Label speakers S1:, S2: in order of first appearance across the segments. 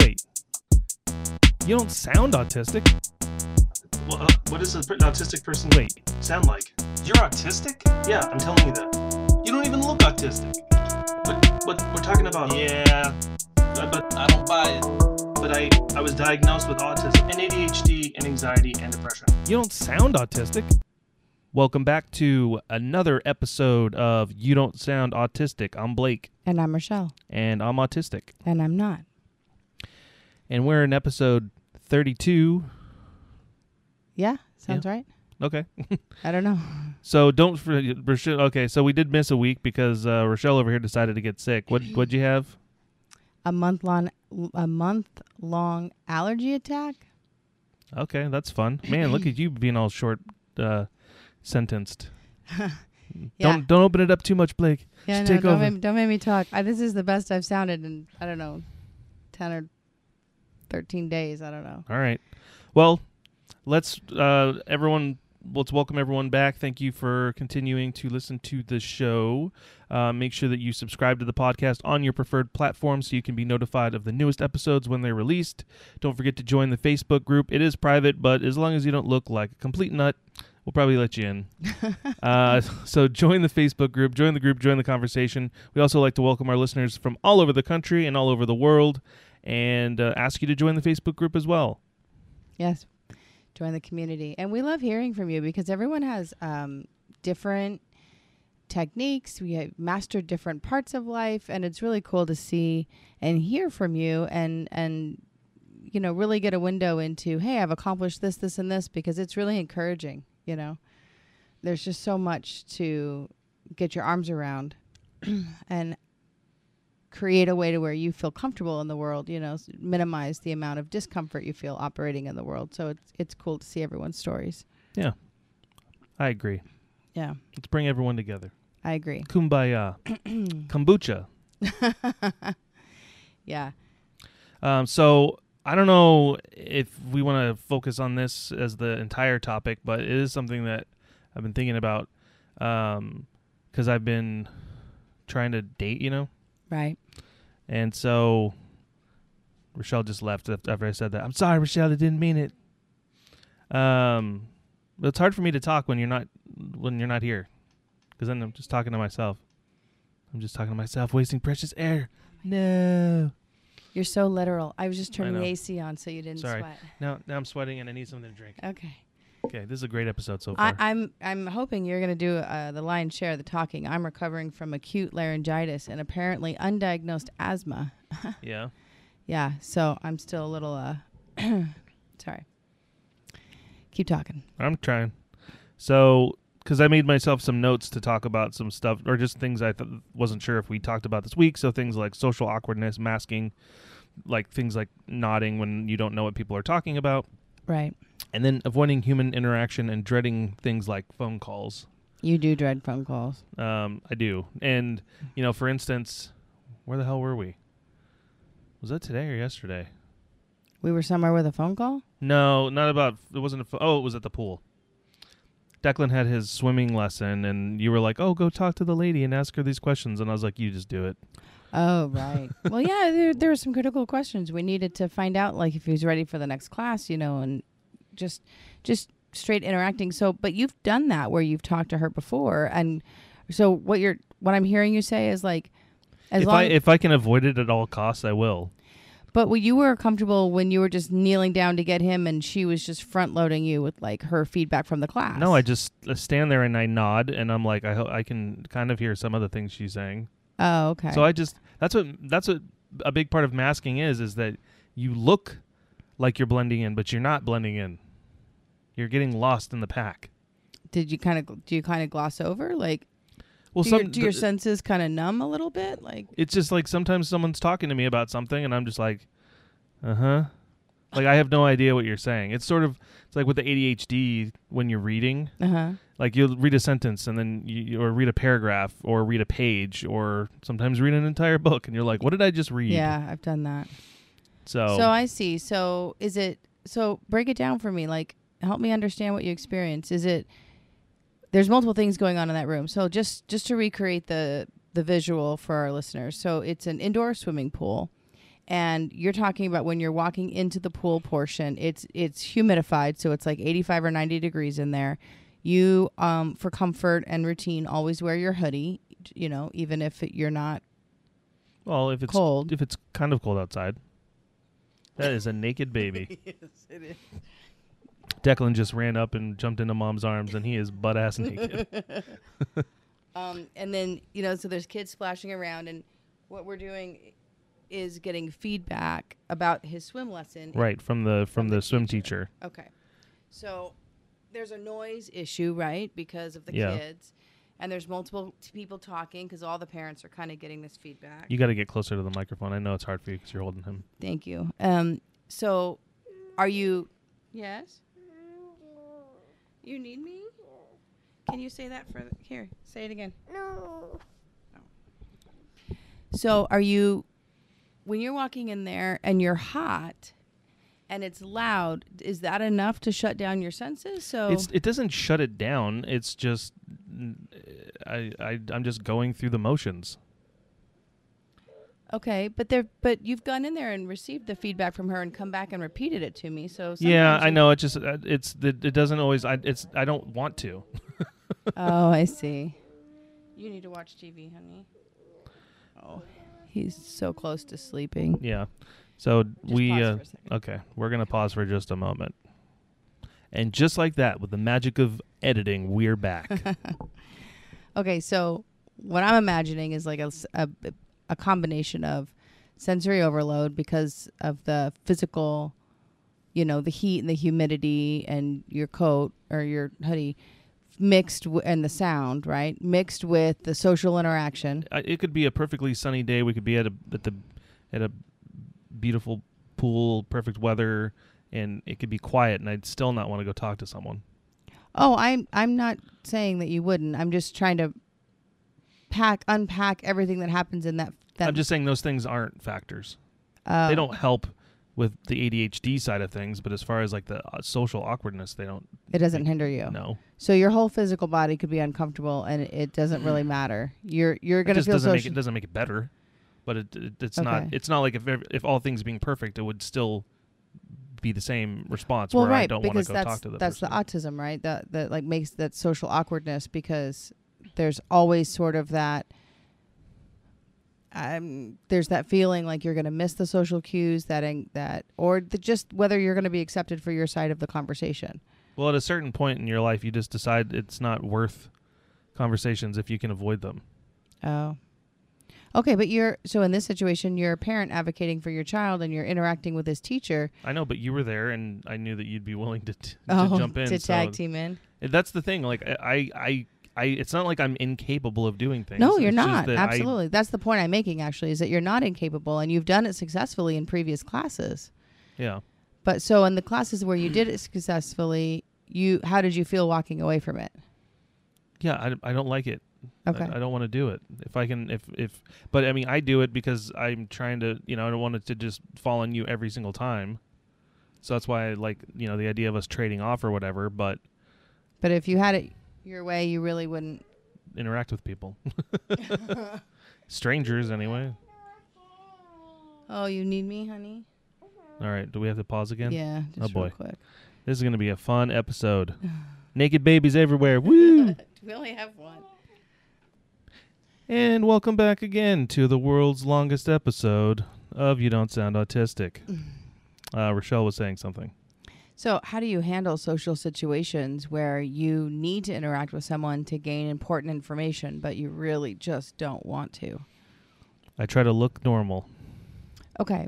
S1: Wait. You don't sound autistic.
S2: Well, uh, what does an autistic person
S1: Wait.
S2: sound like? You're autistic? Yeah, I'm telling you that. You don't even look autistic. But, but we're talking about. Yeah. But, but I don't buy it. But I, I was diagnosed with autism and ADHD and anxiety and depression.
S1: You don't sound autistic. Welcome back to another episode of You Don't Sound Autistic. I'm Blake,
S3: And I'm Rochelle.
S1: and I'm autistic.
S3: And I'm not.
S1: And we're in episode 32.
S3: Yeah, sounds right.
S1: Okay.
S3: I don't know.
S1: So don't. For, Rochelle, okay, so we did miss a week because uh, Rochelle over here decided to get sick. What, what'd you have?
S3: A month long, a month long allergy attack.
S1: Okay, that's fun. Man, look at you being all short uh, sentenced.
S3: Yeah.
S1: Don't don't open it up too much, Blake.
S3: yeah,
S1: Just
S3: no,
S1: take
S3: don't
S1: over.
S3: make, don't make me talk. I, this is the best I've sounded in I don't know, ten or thirteen days. I don't know.
S1: All right. Well, let's uh, everyone. Let's welcome everyone back. Thank you for continuing to listen to the show. Uh, make sure that you subscribe to the podcast on your preferred platform so you can be notified of the newest episodes when they're released. Don't forget to join the Facebook group. It is private, but as long as you don't look like a complete nut, we'll probably let you in. uh, so join the Facebook group, join the group, join the conversation. We also like to welcome our listeners from all over the country and all over the world and uh, ask you to join the Facebook group as well.
S3: Yes, join the community, and we love hearing from you because everyone has um, different techniques. We have mastered different parts of life, and it's really cool to see and hear from you, and and you know really get a window into hey, I've accomplished this, this, and this because it's really encouraging. You know, there's just so much to get your arms around, and create a way to where you feel comfortable in the world, you know, s- minimize the amount of discomfort you feel operating in the world. So it's it's cool to see everyone's stories.
S1: I agree.
S3: Yeah,
S1: Let's bring everyone together.
S3: I agree.
S1: Kumbaya. Kombucha.
S3: yeah.
S1: Um, so I don't know if we want to focus on this as the entire topic, but it is something that I've been thinking about because I've been trying to date, you know?
S3: Right.
S1: And so Rochelle just left af- after I said that. I'm sorry, Rochelle, I didn't mean it. Um, but it's hard for me to talk when you're not when you're not here, because then I'm just talking to myself. I'm just talking to myself, wasting precious air. No,
S3: You're so literal. I was just turning
S1: know.
S3: the AC on so you didn't
S1: Sorry.
S3: sweat.
S1: now now I'm sweating and I need something to drink.
S3: Okay.
S1: Okay, this is a great episode so
S3: I,
S1: far.
S3: I'm I'm hoping you're going to do uh, the lion's share of the talking. I'm recovering from acute laryngitis and apparently undiagnosed asthma.
S1: yeah,
S3: Yeah, so I'm still a little uh sorry. Keep talking.
S1: I'm trying. So, because I made myself some notes to talk about some stuff or just things I th- wasn't sure if we talked about this week. So things like social awkwardness, masking, like things like nodding when you don't know what people are talking about,
S3: Right.
S1: and then avoiding human interaction and dreading things like phone calls.
S3: You do dread phone calls.
S1: Um, I do. And, you know, for instance, where the hell were we? Was that today or yesterday?
S3: We were somewhere with a phone call?
S1: No, not about. It wasn't. A, pho- oh, it was at the pool. Declan had his swimming lesson, and you were like, "Oh, go talk to the lady and ask her these questions." And I was like, "You just do it."
S3: Oh, right. well, yeah, there, there were some critical questions. We needed to find out, like, if he was ready for the next class, you know, and just, just straight interacting. So, but you've done that where you've talked to her before. And so what you're, what I'm hearing you say is like, as
S1: if
S3: long,
S1: I if I can avoid it at all costs, I will.
S3: but what you were comfortable when you were just kneeling down to get him and she was just front loading you with like her feedback from the class.
S1: No, I just I stand there and I nod, and I'm like, I ho- I can kind of hear some of the things she's saying.
S3: Oh, okay.
S1: So I just that's what that's what a big part of masking is is that you look like you're blending in, but you're not blending in. You're getting lost in the pack.
S3: Did you kind of, do you kind of gloss over? Like,
S1: Well,
S3: do,
S1: some
S3: your, do your
S1: th-
S3: senses kind of numb a little bit? Like,
S1: it's just like sometimes someone's talking to me about something and I'm just like, uh huh. Like I have no idea what you're saying. It's sort of it's like with the ADHD when you're reading.
S3: uh huh.
S1: Like you'll read a sentence and then you or read a paragraph or read a page or sometimes read an entire book and you're like, what did I just read?
S3: Yeah, I've done that.
S1: So,
S3: So I see. So is it so break it down for me like help me understand what you experience. Is it there's multiple things going on in that room. So just just to recreate the the visual for our listeners. So it's an indoor swimming pool and you're talking about when you're walking into the pool portion it's it's humidified so it's like 85 or 90 degrees in there you um, for comfort and routine always wear your hoodie you know even if it- you're not
S1: Well, if it's
S3: Cold.
S1: if it's kind of cold outside, that is a naked baby.
S3: yes it is
S1: Declan just ran up and jumped into mom's arms, and he is butt ass naked.
S3: Um, and then you know, so there's kids splashing around, and what we're doing is getting feedback about his swim lesson.
S1: right from the from, the, swim teacher.
S3: Okay. So there's a noise issue, right, because of the
S1: Yeah.
S3: kids, and there's multiple t- people talking because all the parents are kind of getting this feedback.
S1: You got to get closer to the microphone. I know it's hard for you because you're holding him.
S3: Thank you. Um, so are you? Yes. You need me? Can you say that for the, here? Say it again.
S4: No.
S3: Oh. So are you when you're walking in there and you're hot and it's loud, is that enough to shut down your senses? So
S1: It's it doesn't shut it down. It's just I I I'm just going through the motions.
S3: okay, but there but you've gone in there and received the feedback from her and come back and repeated it to me. So
S1: yeah,
S3: sometimes
S1: I
S3: you-
S1: know. It just uh, it's it, it doesn't always. I it's I don't want to.
S3: Oh, I see. You need to watch TV, honey. Oh, he's so close to sleeping.
S1: Yeah. So we
S3: pause
S1: uh,
S3: for a second.
S1: okay, we're going to pause for just a moment. And just like that with the magic of editing, we're back.
S3: Okay, so what I'm imagining is like a, s- a- a combination of sensory overload because of the physical, you know, the heat and the humidity and your coat or your hoodie mixed w- and the sound, right? Mixed with the social interaction.
S1: I- it could be a perfectly sunny day. We could be at a at the at a beautiful pool, perfect weather, and it could be quiet and I'd still not want to go talk to someone.
S3: Oh, I'm I'm not saying that you wouldn't. I'm just trying to pack unpack everything that happens in that that
S1: I'm just saying those things aren't factors.
S3: uh,
S1: They don't help with the ADHD side of things, but as far as like the uh, social awkwardness, they don't
S3: it doesn't hinder you.
S1: know.
S3: So your whole physical body could be uncomfortable, and it doesn't really matter. You're you're
S1: it
S3: gonna
S1: just
S3: feel
S1: doesn't
S3: social.
S1: make it doesn't make it better, but it, it it's not
S3: Okay.
S1: it's not like if ev- if all things being perfect, it would still be the same response
S3: well,
S1: where
S3: right,
S1: I don't want to
S3: because
S1: go
S3: that's
S1: talk to the
S3: that's
S1: person.
S3: the autism, right? That that like makes that social awkwardness because there's always sort of that. Um, there's that feeling like you're gonna miss the social cues that ang- that or the, just whether you're gonna be accepted for your side of the conversation.
S1: well, at a certain point in your life, you just decide it's not worth conversations if you can avoid them.
S3: Oh. Okay, but you're so in this situation, you're a parent advocating for your child, and you're interacting with his teacher.
S1: I know, but you were there, and I knew that you'd be willing to, t-
S3: oh,
S1: to jump in.
S3: to
S1: so
S3: tag team in.
S1: That's the thing. Like I, I, I, I, it's not like I'm incapable of doing things.
S3: No, you're
S1: It's just
S3: not.
S1: that I-
S3: Absolutely. That's the point I'm making, actually, is that you're not incapable and you've done it successfully in previous classes.
S1: yeah.
S3: But so in the classes where you did it successfully, you how did you feel walking away from it?
S1: Yeah, I, I don't like it. I-
S3: Okay.
S1: I, don't want to do it. If I can, if, if, but I mean, I do it because I'm trying to, you know, I don't want it to just fall on you every single time. So that's why I like, you know, the idea of us trading off or whatever, but
S3: But if you had it your way, you really wouldn't.
S1: interact with people. Strangers, anyway.
S3: Oh, you need me, honey?
S1: All right. Do we have to pause again?
S3: Yeah, just
S1: Oh, boy.
S3: real quick.
S1: This is going to be a fun episode. Naked babies everywhere. Woo!
S3: we only have one.
S1: and welcome back again to the world's longest episode of You Don't Sound Autistic. Uh, Rochelle was saying something.
S3: So, how do you handle social situations where you need to interact with someone to gain important information, but you really just don't want to?
S1: I try to look normal.
S3: Okay.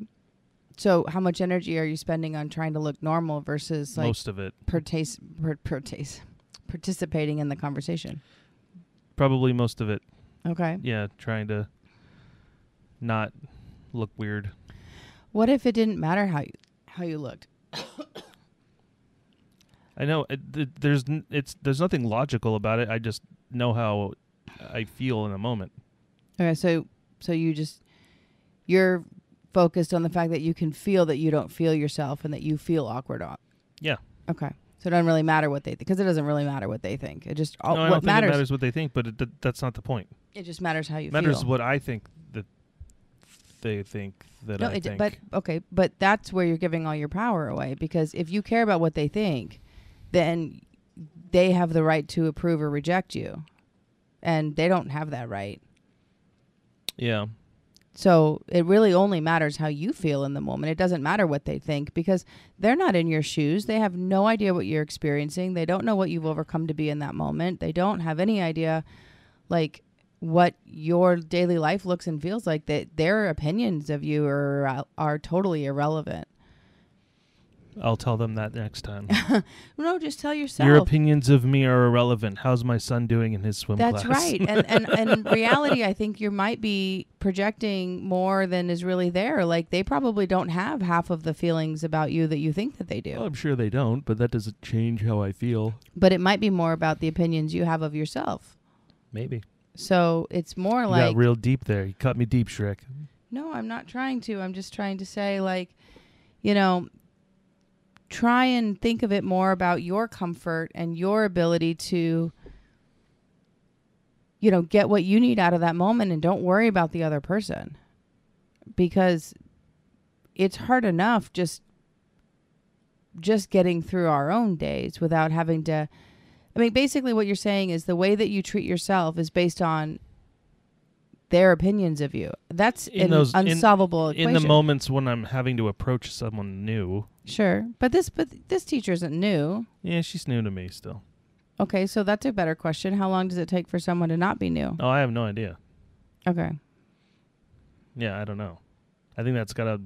S3: So, how much energy are you spending on trying to look normal versus like
S1: most of it.
S3: partace, per, partace, participating in the conversation?
S1: Probably most of it.
S3: Okay.
S1: Yeah, trying to not look weird.
S3: What if it didn't matter how you how you looked?
S1: I know it, th- there's n- it's there's nothing logical about it. I just know how I feel in a moment.
S3: Okay, so so you just you're focused on the fact that you can feel that you don't feel yourself and that you feel awkward. o-
S1: Yeah.
S3: Okay. So it doesn't really matter what they think because it doesn't really matter what they think. It just all
S1: no, I don't
S3: Oh, what
S1: think
S3: matters
S1: it matters what they think, but it, th- that's not the point.
S3: it just matters how you
S1: It matters
S3: feel.
S1: what I think that they think that
S3: no,
S1: I
S3: it,
S1: think.
S3: but okay, but that's where you're giving all your power away because if you care about what they think, then they have the right to approve or reject you, and they don't have that right.
S1: yeah,
S3: So it really only matters how you feel in the moment. It doesn't matter what they think because they're not in your shoes. They have no idea what you're experiencing. They don't know what you've overcome to be in that moment. They don't have any idea like what your daily life looks and feels like that their opinions of you are are totally irrelevant.
S1: I'll tell them that next time.
S3: No, just tell yourself.
S1: Your opinions of me are irrelevant. How's my son doing in his swim
S3: That's
S1: class?
S3: right. And, and and in reality, I think you might be projecting more than is really there. Like they probably don't have half of the feelings about you that you think that they do.
S1: Well, I'm sure they don't, but that doesn't change how I feel.
S3: but it might be more about the opinions you have of yourself.
S1: Maybe.
S3: So it's more
S1: You
S3: like
S1: got real deep there. You cut me deep, Shrek.
S3: no, I'm not trying to. I'm just trying to say like, you know, try and think of it more about your comfort and your ability to you know, get what you need out of that moment and don't worry about the other person. Because it's hard enough just just getting through our own days without having to I mean, basically what you're saying is the way that you treat yourself is based on their opinions of you. That's
S1: In
S3: an
S1: those- in-
S3: unsolvable equation.
S1: In the moments when I'm having to approach someone new,
S3: Sure, but this but this teacher isn't new.
S1: yeah, she's new to me still.
S3: Okay, so that's a better question. How long does it take for someone to not be new?
S1: Oh, I have no idea.
S3: Okay,
S1: Yeah, I don't know. I think that's got a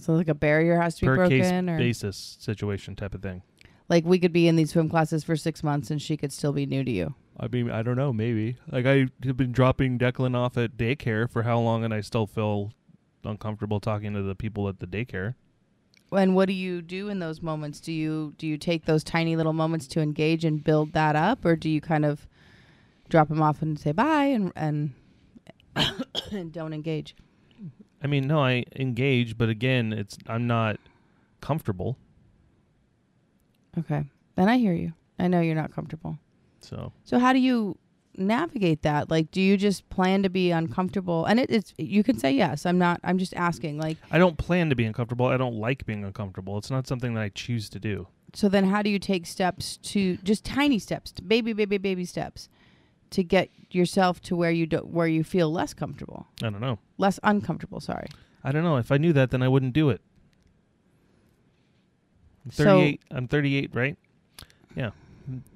S3: so like a barrier has to be
S1: per case
S3: broken, or
S1: basis situation type of thing.
S3: like we could be in these swim classes for six months and she could still be new to you.
S1: I mean, I don't know. Maybe like I have been dropping Declan off at daycare for how long, and I still feel uncomfortable talking to the people at the daycare.
S3: And what do you do in those moments? Do you do you take those tiny little moments to engage and build that up, or do you kind of drop them off and say bye and and and don't engage?
S1: I mean, no, I engage, but again, it's I'm not comfortable.
S3: Okay, then I hear you. I know you're not comfortable.
S1: So
S3: So how do you navigate that? Like, do you just plan to be uncomfortable? And it, it's you can say yes. I'm not. I'm just asking. Like,
S1: I don't plan to be uncomfortable. I don't like being uncomfortable. It's not something that I choose to do.
S3: so then how do you take steps to just tiny steps, to baby, baby, baby steps, to get yourself to where you do, where you feel less comfortable,
S1: I don't know.
S3: less uncomfortable. Sorry.
S1: I don't know. If I knew that, then I wouldn't do it. I'm 38. I'm 38, right? Yeah.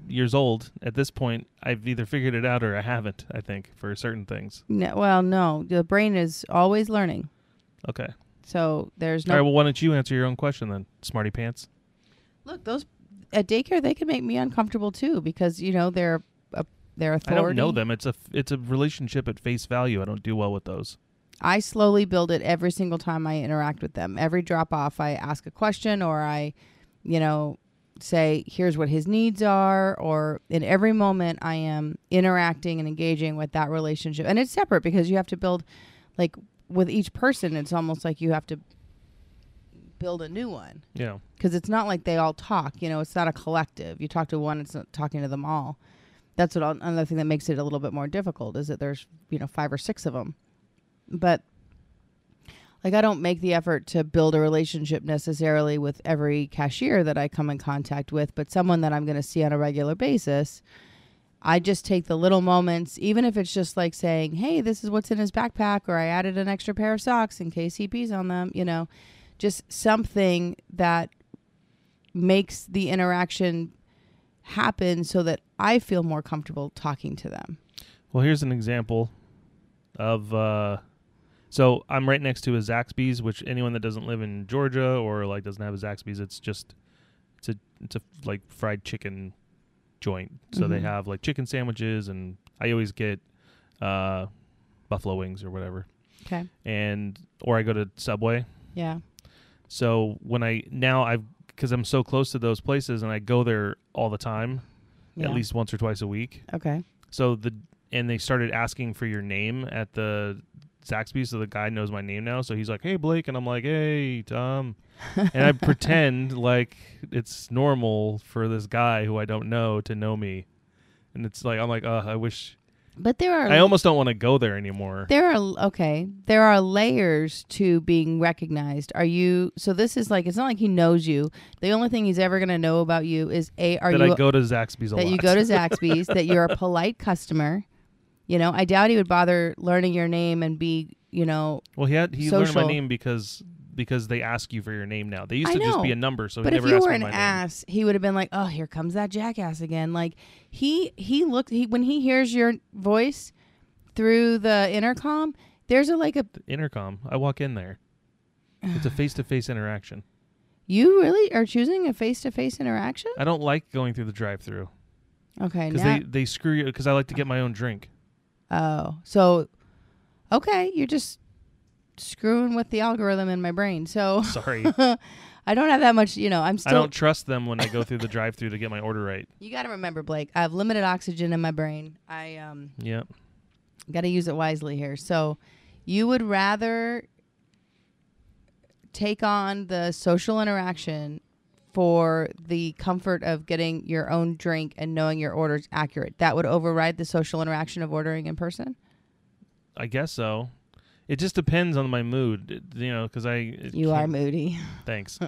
S1: Years old. At this point, I've either figured it out or I haven't, I think, for certain things.
S3: No, well, no. The brain is always learning.
S1: Okay.
S3: So there's
S1: All
S3: no
S1: right. Well, why don't you answer your own question then, Smarty Pants?
S3: look. Those at daycare they can make me uncomfortable too because you know they're a, they're authority.
S1: I don't know them. It's a f- it's a relationship at face value. I don't do well with those.
S3: I slowly build it every single time I interact with them. Every drop off, I ask a question or I, you know, say, here's what his needs are. Or in every moment, I am interacting and engaging with that relationship. And it's separate because you have to build, like, with each person, it's almost like you have to build a new one
S1: Yeah.
S3: because it's not like they all talk. You know, it's not a collective. You talk to one, it's not talking to them all. That's what al- another thing that makes it a little bit more difficult is that there's you know five or six of them, but like I don't make the effort to build a relationship necessarily with every cashier that I come in contact with, but someone that I'm going to see on a regular basis. I just take the little moments, even if it's just like saying, "Hey, this is what's in his backpack," or I added an extra pair of socks in case he pees on them. You know, just something that makes the interaction happen so that I feel more comfortable talking to them.
S1: Well, here's an example of. Uh, so I'm right next to a Zaxby's, which anyone that doesn't live in Georgia or like doesn't have a Zaxby's, it's just it's a it's a like fried chicken joint. So they
S3: Mhm.
S1: have like chicken sandwiches, and I always get uh, buffalo wings or whatever,
S3: Okay.
S1: and or I go to Subway.
S3: Yeah.
S1: So when I now I've because I'm so close to those places and I go there all the time,
S3: Yeah.
S1: at least once or twice a week.
S3: Okay.
S1: So the and they started asking for your name at the Zaxby's, so the guy knows my name now. So he's like, "Hey Blake," and I'm like, "Hey Tom," and I pretend like it's normal for this guy who I don't know to know me, and it's like I'm like, "Uh, I wish
S3: But there are
S1: I almost don't want to go there anymore.
S3: there are okay. There are layers to being recognized. Are you so this is like it's not like he knows you. The only thing he's ever gonna know about you is A are
S1: that
S3: you
S1: I go to Zaxby's a
S3: that
S1: lot.
S3: you go to Zaxby's, that you're a polite customer. You know, I doubt he would bother learning your name and be, you know,
S1: well, he had he learned my
S3: Social.
S1: name because because they ask you for your name now. They used
S3: I
S1: to just be
S3: know.
S1: a number, so
S3: but
S1: he
S3: if
S1: never
S3: you
S1: asked
S3: were
S1: me
S3: an
S1: my name.
S3: ass, he would have been like, "Oh, here comes that jackass again." Like he he looked he when he hears your voice through the intercom, there's a like a
S1: Intercom. I walk in there. It's a face to face interaction.
S3: you really are choosing a face to face interaction.
S1: I don't like going through the drive through
S3: Okay,
S1: because
S3: now
S1: they they screw you. Because I like to get my own drink.
S3: Oh, so okay, you're just screwing with the algorithm in my brain. So
S1: Sorry,
S3: I don't have that much, you know. I'm
S1: I
S3: still.
S1: don't trust them when I go through the drive through to get my order right.
S3: You got to remember, Blake. I have limited oxygen in my brain. I um
S1: Yeah.
S3: got to use it wisely here. So, you would rather take on the social interaction for the comfort of getting your own drink and knowing your order's accurate. That would override the social interaction of ordering in person.
S1: I guess so. It just depends on my mood, it- you know, because I. it
S3: You are
S1: can't-
S3: moody.
S1: Thanks.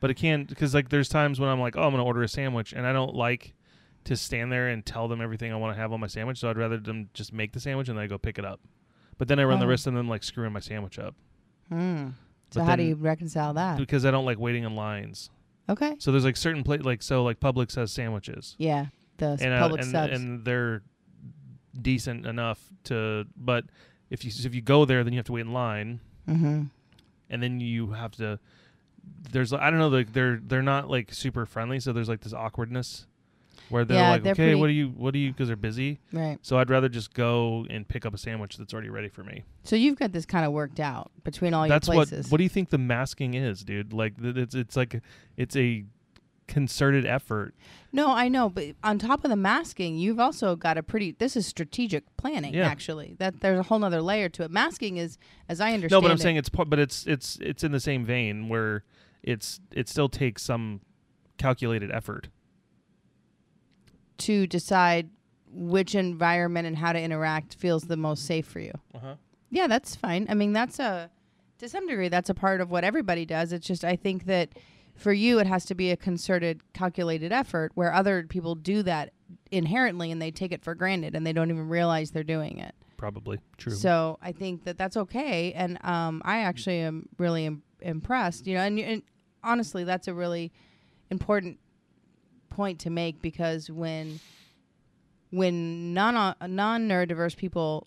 S1: but it can because like there's times when I'm like, oh, I'm gonna order a sandwich, and I don't like to stand there and tell them everything I want to have on my sandwich. So I'd rather them just make the sandwich and then I go pick it up. But then I run the
S3: Oh.
S1: risk of them like screwing my sandwich up
S3: Hmm. So
S1: But
S3: how do
S1: then-
S3: you reconcile that?
S1: because I don't like waiting in lines.
S3: Okay.
S1: So there's like certain place like so like Publix has sandwiches,
S3: Yeah. The s-
S1: and I-
S3: public
S1: and
S3: subs.
S1: and they're decent enough to, but if you if you go there, then you have to wait in line.
S3: mm-hmm.
S1: and then you have to there's I don't know like they're they're not like super friendly so there's like this awkwardness where they're
S3: Yeah,
S1: like
S3: they're
S1: okay what do
S3: pretty-
S1: you what do you because they're busy
S3: Right.
S1: so I'd rather just go and pick up a sandwich that's already ready for me
S3: So you've got this kind of worked out between all
S1: that's
S3: your
S1: what
S3: places.
S1: what do you think the masking is dude like th- it's it's like it's a concerted effort
S3: no, I know, but on top of the masking, you've also got a pretty. This is strategic planning,
S1: Yeah.
S3: actually. That there's a whole nother layer to it. Masking is, as I understand,
S1: no but I'm
S3: it-
S1: saying it's part but it's it's it's in the same vein where it's it still takes some calculated effort
S3: to decide which environment and how to interact feels the most safe for you.
S1: uh-huh.
S3: Yeah, that's fine. I mean, that's a to some degree that's a part of what everybody does. It's just I think that for you it has to be a concerted, calculated effort where other people do that inherently and they take it for granted and they don't even realize they're doing it.
S1: probably true
S3: So I think that that's okay, and um, I actually am really Im- impressed. You know, and, and honestly, that's a really important point to make because when when non non neurodiverse people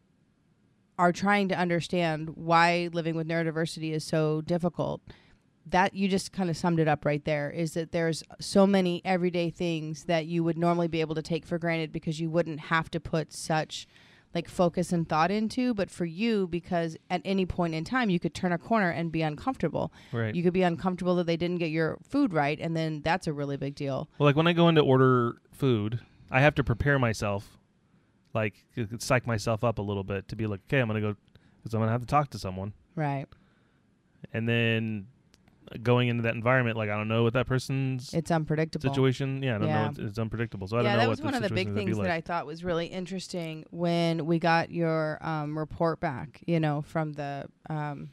S3: are trying to understand why living with neurodiversity is so difficult that you just kind of summed it up right there is that there's so many everyday things that you would normally be able to take for granted because you wouldn't have to put such like focus and thought into but for you because at any point in time you could turn a corner and be uncomfortable
S1: right
S3: you could be uncomfortable that they didn't get your food right and then that's a really big deal
S1: Well, like when I go in to order food, I have to prepare myself, like c- c- psych myself up a little bit to be like, okay, I'm gonna go because I'm gonna have to talk to someone,
S3: right
S1: and then uh, going into that environment, like I don't know what that person's
S3: it's unpredictable
S1: situation. Yeah, I don't
S3: Yeah.
S1: know. It's, it's unpredictable, so I don't
S3: yeah,
S1: know
S3: that
S1: what
S3: was
S1: the
S3: one of the big
S1: situation's gonna be
S3: things that
S1: like.
S3: I thought was really interesting when we got your um, report back. You know, from the um,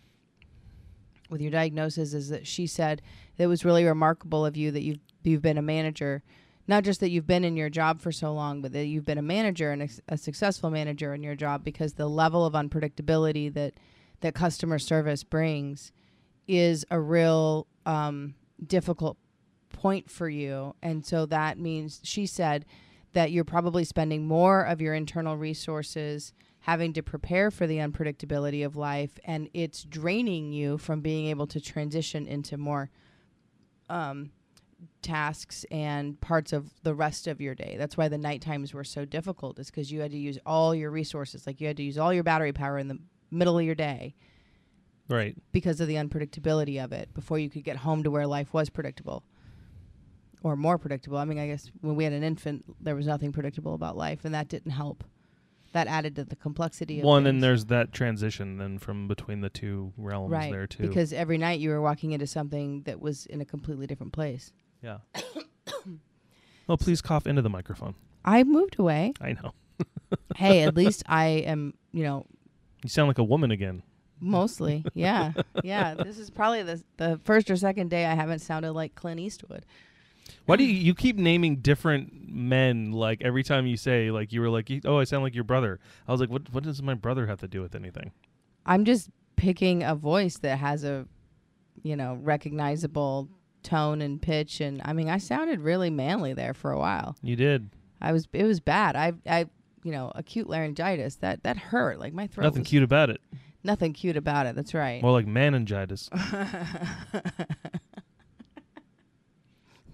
S3: with your diagnosis, is that she said that it was really remarkable of you that you've you've been a manager, not just that you've been in your job for so long, but that you've been a manager and a, s- a successful manager in your job because the level of unpredictability that that customer service brings is a real um, difficult point for you. And so that means she said that you're probably spending more of your internal resources having to prepare for the unpredictability of life and it's draining you from being able to transition into more um, tasks and parts of the rest of your day that's why the night times were so difficult is because you had to use all your resources like you had to use all your battery power in the middle of your day
S1: right.
S3: because of the unpredictability of it before you could get home to where life was predictable or more predictable. I mean, I guess when we had an infant, there was nothing predictable about life, and that didn't help. That added to the complexity of
S1: Well, and then
S3: things.
S1: there's that transition then from between the two realms
S3: right
S1: there too.
S3: because every night you were walking into something that was in a completely different place.
S1: yeah. well, please cough into the microphone.
S3: I moved away.
S1: I know.
S3: hey, at least I am, you know,
S1: You sound like a woman again.
S3: mostly. Yeah. Yeah. This is probably the, the first or second day I haven't sounded like Clint Eastwood.
S1: Why do you, you keep naming different men? Like every time you say, like you were like, "Oh, I sound like your brother." I was like, "What? What does my brother have to do with anything?"
S3: I'm just picking a voice that has a, you know, recognizable tone and pitch. And I mean, I sounded really manly there for a while.
S1: You did
S3: I was, it was bad. I, I, you know, acute laryngitis that that hurt. Like my throat.
S1: nothing
S3: was-
S1: cute about it.
S3: Nothing cute about it. That's right.
S1: More like meningitis.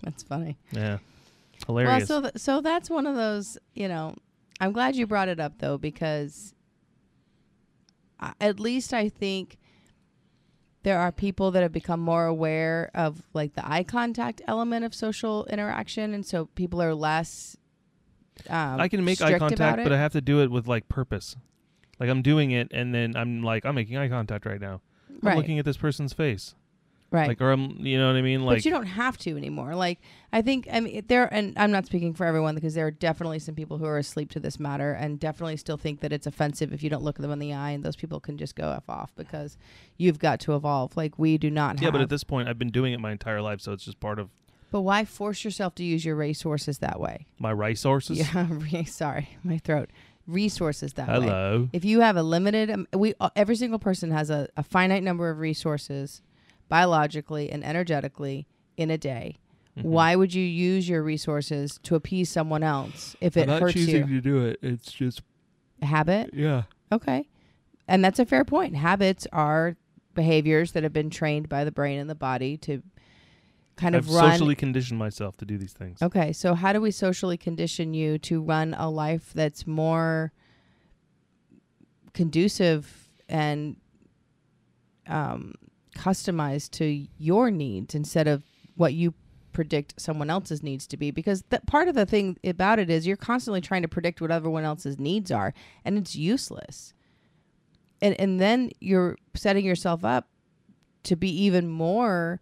S3: That's funny.
S1: yeah, hilarious.
S3: Well, so th- so that's one of those. You know, I'm glad you brought it up though because I, at least I think there are people that have become more aware of like the eye contact element of social interaction, and so people are less. Um,
S1: I can make eye
S3: strict about
S1: contact,
S3: it.
S1: but I have to do it with like purpose. Like I'm doing it, and then I'm like, I'm making eye contact right now.
S3: Right.
S1: I'm looking at this person's face.
S3: right.
S1: Like, or I'm, you know what I mean? Like,
S3: but you don't have to anymore. Like I think I mean there, and I'm not speaking for everyone because there are definitely some people who are asleep to this matter and definitely still think that it's offensive if you don't look them in the eye, and those people can just go f off because you've got to evolve. Like we do not.
S1: yeah.
S3: have.
S1: But at this point, I've been doing it my entire life, so it's just part of
S3: But why force yourself to use your resources that way?
S1: my resources.
S3: Yeah, re- sorry, my throat. Resources that way.
S1: Hello.
S3: If you have a limited, um, we uh, every single person has a, a finite number of resources, biologically and energetically in a day.
S1: Mm-hmm.
S3: Why would you use your resources to appease someone else if it hurts you?
S1: to do it. It's just
S3: Habit,
S1: yeah.
S3: okay, and that's a fair point. Habits are behaviors that have been trained by the brain and the body to kind
S1: I've
S3: of run. Oh.
S1: socially conditioned myself to do these things.
S3: okay, so how do we socially condition you to run a life that's more conducive and um, customized to your needs instead of what you predict someone else's needs to be because that part of the thing about it is you're constantly trying to predict what everyone else's needs are and it's useless and and then you're setting yourself up to be even more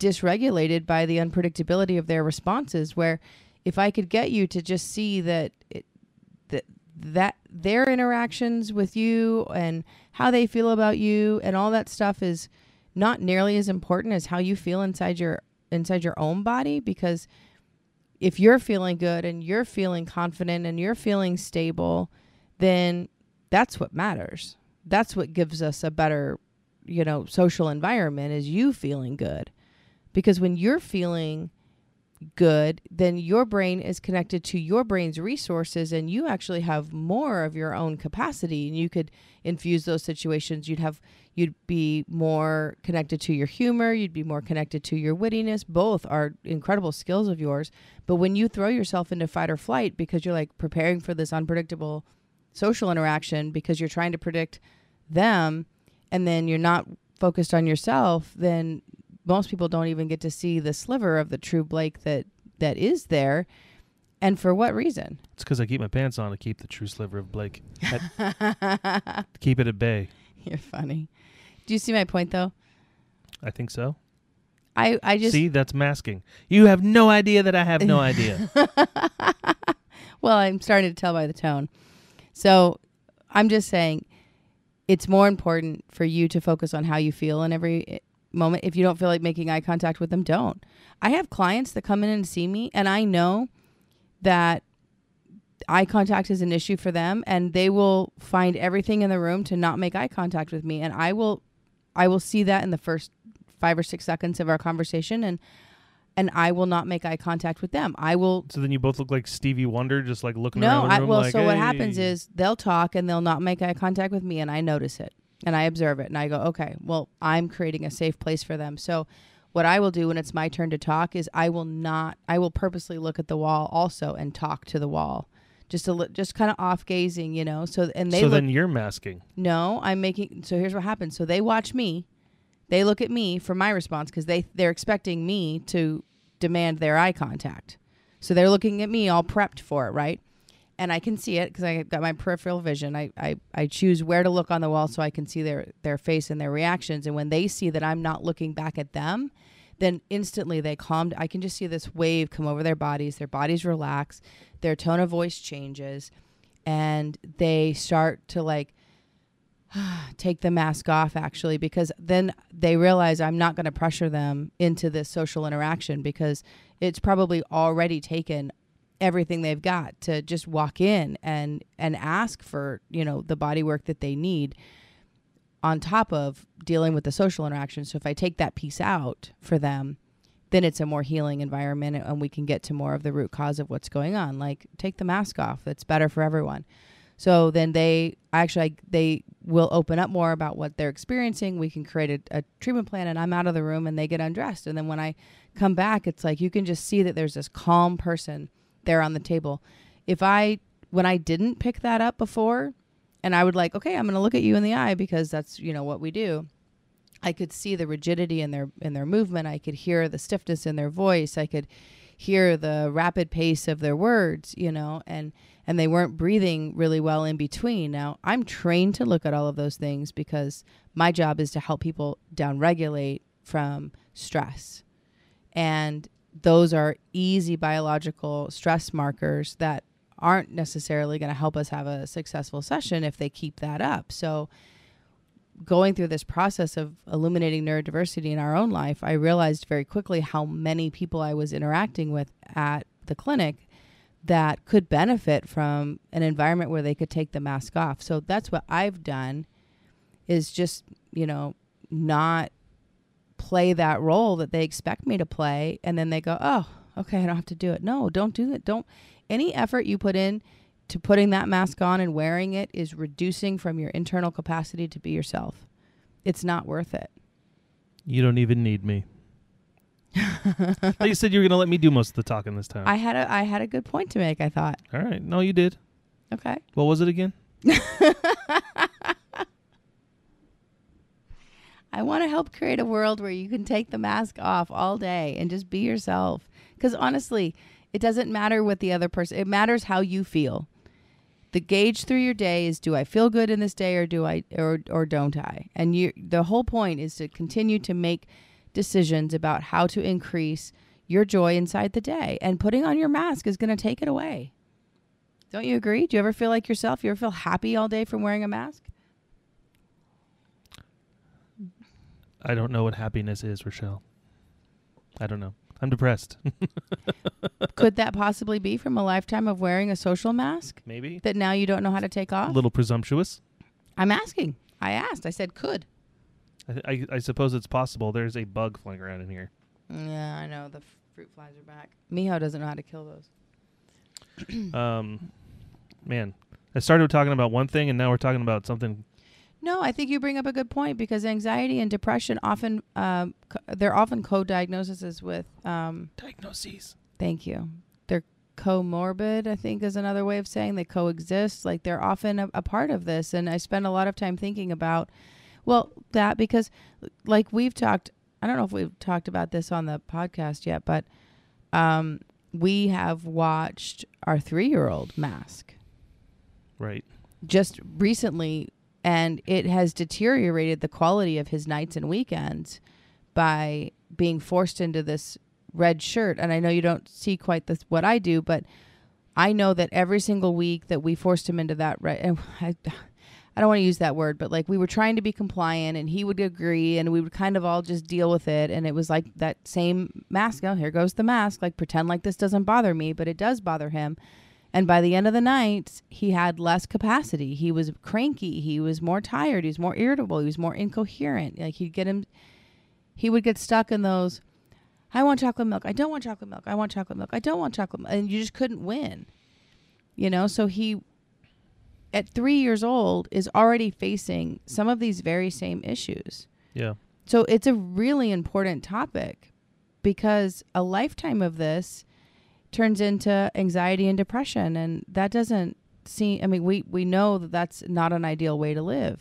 S3: dysregulated by the unpredictability of their responses where if i could get you to just see that it, that that their interactions with you and how they feel about you and all that stuff is not nearly as important as how you feel inside your inside your own body because if you're feeling good and you're feeling confident and you're feeling stable then that's what matters that's what gives us a better you know social environment is you feeling good because when you're feeling good, then your brain is connected to your brain's resources and you actually have more of your own capacity and you could infuse those situations. You'd have you'd be more connected to your humor, you'd be more connected to your wittiness. Both are incredible skills of yours. But when you throw yourself into fight or flight because you're like preparing for this unpredictable social interaction because you're trying to predict them and then you're not focused on yourself, then most people don't even get to see the sliver of the true Blake that that is there. And for what reason?
S1: It's because I keep my pants on to keep the true sliver of Blake, at, to keep it at bay.
S3: You're funny. Do you see my point though?
S1: I think so.
S3: I I just
S1: See, that's masking. You have no idea that I have no idea.
S3: well, I'm starting to tell by the tone. So, I'm just saying it's more important for you to focus on how you feel in every eh, moment. If you don't feel like making eye contact with them, don't. I have clients that come in and see me and I know that eye contact is an issue for them and they will find everything in the room to not make eye contact with me and I will I will see that in the first 5 or 6 seconds of our conversation and and I will not make eye contact with them. I will
S1: so then you both look like Stevie Wonder, just like looking
S3: no,
S1: around the
S3: I,
S1: room.
S3: well,
S1: like,
S3: so what happens
S1: "Hey."
S3: is they'll talk and they'll not make eye contact with me, and I notice it and I observe it, and I go, okay, well, I'm creating a safe place for them. So, what I will do when it's my turn to talk is I will not, I will purposely look at the wall also and talk to the wall, just a li- just kind of off gazing, you know. So and they
S1: so
S3: look
S1: then you're masking.
S3: no, I'm making. So here's what happens. So they watch me, they look at me for my response because they they're expecting me to demand their eye contact. So they're looking at me all prepped for it, right? And I can see it because I got my peripheral vision. I, I I choose where to look on the wall so I can see their their face and their reactions. And when they see that I'm not looking back at them, then instantly they calmed. I can just see this wave come over their bodies. Their bodies relax. Their tone of voice changes and they start to like take the mask off actually because then they realize I'm not going to pressure them into this social interaction because it's probably already taken everything they've got to just walk in and and ask for, you know, the body work that they need on top of dealing with the social interaction. So if I take that piece out for them, then it's a more healing environment and we can get to more of the root cause of what's going on. Like take the mask off. That's better for everyone. So then they actually they will open up more about what they're experiencing. We can create a, a treatment plan, and I'm out of the room, and they get undressed. And then when I come back, it's like you can just see that there's this calm person there on the table. If I when I didn't pick that up before, and I would like, okay, I'm going to look at you in the eye because that's you know what we do. I could see the rigidity in their in their movement. I could hear the stiffness in their voice. I could hear the rapid pace of their words, you know, and and they weren't breathing really well in between. Now, I'm trained to look at all of those things because my job is to help people downregulate from stress. And those are easy biological stress markers that aren't necessarily going to help us have a successful session if they keep that up. So, going through this process of illuminating neurodiversity in our own life, I realized very quickly how many people I was interacting with at the clinic that could benefit from an environment where they could take the mask off. So that's what I've done is just, you know, not play that role that they expect me to play and then they go, "Oh, okay, I don't have to do it." No, don't do that. Don't any effort you put in to putting that mask on and wearing it is reducing from your internal capacity to be yourself. It's not worth it.
S1: You don't even need me. Thought you said you were going to let me do most of the talking this time.
S3: I had a I had a good point to make, I thought.
S1: All right. No, you did.
S3: Okay.
S1: What was it again?
S3: I want to help create a world where you can take the mask off all day and just be yourself. Cuz honestly, it doesn't matter what the other person it matters how you feel. The gauge through your day is do I feel good in this day or do I or or don't I? And you the whole point is to continue to make decisions about how to increase your joy inside the day. And putting on your mask is going to take it away. Don't you agree? Do you ever feel like yourself? You ever feel happy all day from wearing a mask?
S1: I don't know what happiness is, Rochelle. I don't know. I'm depressed.
S3: Could that possibly be from a lifetime of wearing a social mask
S1: Maybe.
S3: that now you don't know how to take
S1: A
S3: off?
S1: little presumptuous.
S3: I'm asking. I asked. I said could.
S1: I, I, I suppose it's possible. There's a bug flying around in here.
S3: Yeah, I know. The fruit flies are back. Miho doesn't know how to kill those.
S1: Um, man, I started talking about one thing, and now we're talking about something.
S3: No, I think you bring up a good point because anxiety and depression often um, co- they're often co-diagnoses with um,
S1: Diagnoses.
S3: Thank you. They're comorbid, I think is another way of saying they coexist. Like they're often a, a part of this. And I spend a lot of time thinking about, well, that because like we've talked, I don't know if we've talked about this on the podcast yet, but um, we have watched our three year old mask
S1: Right.
S3: just recently and it has deteriorated the quality of his nights and weekends by being forced into this red shirt and i know you don't see quite this what i do but i know that every single week that we forced him into that red and i, I don't want to use that word but like we were trying to be compliant and he would agree and we would kind of all just deal with it and it was like that same mask oh here goes the mask like pretend like this doesn't bother me but it does bother him and by the end of the night, he had less capacity. He was cranky. He was more tired. He was more irritable. He was more incoherent. Like he'd get him, he would get stuck in those. I want chocolate milk. I don't want chocolate milk. I want chocolate milk. I don't want chocolate milk. And you just couldn't win, you know. So he, at three years old, is already facing some of these very same issues.
S1: Yeah.
S3: So it's a really important topic because a lifetime of this turns into anxiety and depression and that doesn't seem I mean we we know that that's not an ideal way to live.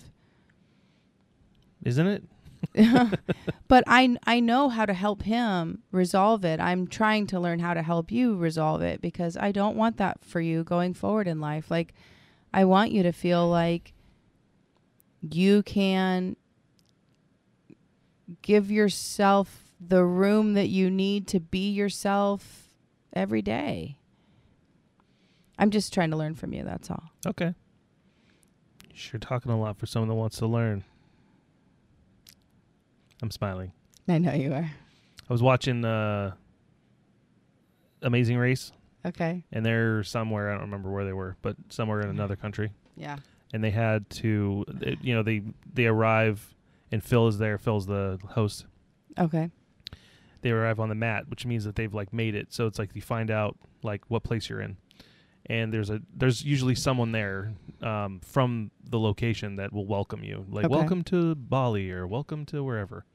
S1: Isn't it?
S3: But I I know how to help him resolve it. I'm trying to learn how to help you resolve it because I don't want that for you going forward in life. Like I want you to feel like you can give yourself the room that you need to be yourself every day. I'm just trying to learn from you. That's all.
S1: Okay. Sure talking a lot for someone that wants to learn. I'm smiling.
S3: I know you are.
S1: I was watching uh Amazing Race
S3: Okay.
S1: and they're somewhere, I don't remember where they were, but somewhere in another country.
S3: Yeah.
S1: And they had to they- you know, they they arrive and Phil is there, Phil's the host.
S3: Okay.
S1: They arrive on the mat, which means that they've like made it. So it's like you find out like what place you're in. And there's a there's usually someone there um, from the location that will welcome you, like
S3: Okay.
S1: welcome to Bali or welcome to wherever.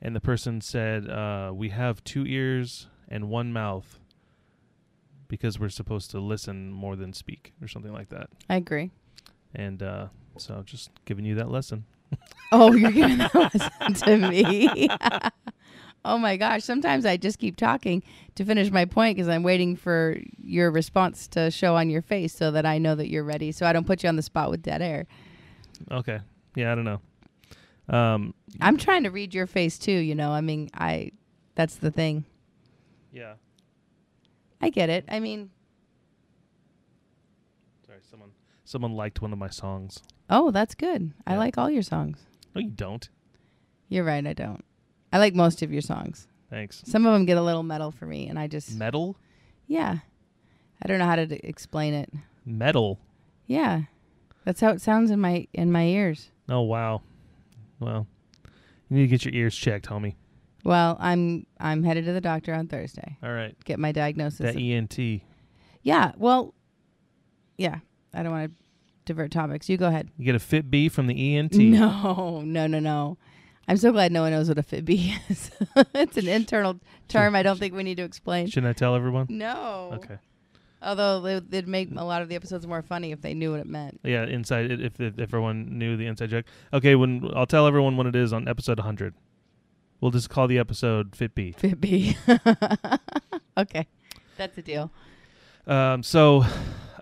S1: And the person said, uh, "We have two ears and one mouth because we're supposed to listen more than speak, or something like that."
S3: I agree.
S1: And uh, so, just giving you that lesson.
S3: Oh, you're giving that lesson to me. oh my gosh. Sometimes I just keep talking to finish my point because I'm waiting for your response to show on your face so that I know that you're ready. So I don't put you on the spot with dead air.
S1: Okay, yeah, I don't know. Um,
S3: I'm trying to read your face too, you know. I mean, I that's the thing.
S1: yeah,
S3: I get it. I mean,
S1: sorry, someone someone liked one of my songs.
S3: oh, that's good. I
S1: Yeah.
S3: like all your songs.
S1: No, you don't.
S3: You're right, I don't. I like most of your songs.
S1: Thanks.
S3: Some of them get a little metal for me and I just
S1: Metal,
S3: Yeah. I don't know how to d- explain it.
S1: metal.
S3: Yeah. That's how it sounds in my in my ears.
S1: Oh wow. Well, you need to get your ears checked, homie.
S3: Well, I'm I'm headed to the doctor on Thursday.
S1: All right.
S3: Get my diagnosis.
S1: That e ENT.
S3: yeah. Well, yeah. I don't want to divert topics. You go ahead.
S1: You get a Fit B from the E ENT.
S3: No, no, no, no. I'm so glad no one knows what a Fitbit is. it's an internal term. I don't think we need to explain.
S1: Shouldn't I tell everyone?
S3: No.
S1: Okay.
S3: Although they- they'd make a lot of the episodes more funny if they knew what it meant.
S1: Yeah, inside. i- If, if everyone knew the inside joke. Okay, when I'll tell everyone when it is on episode 100. We'll just call the episode Fit B.
S3: Fitbit. okay. That's a deal.
S1: Um, so,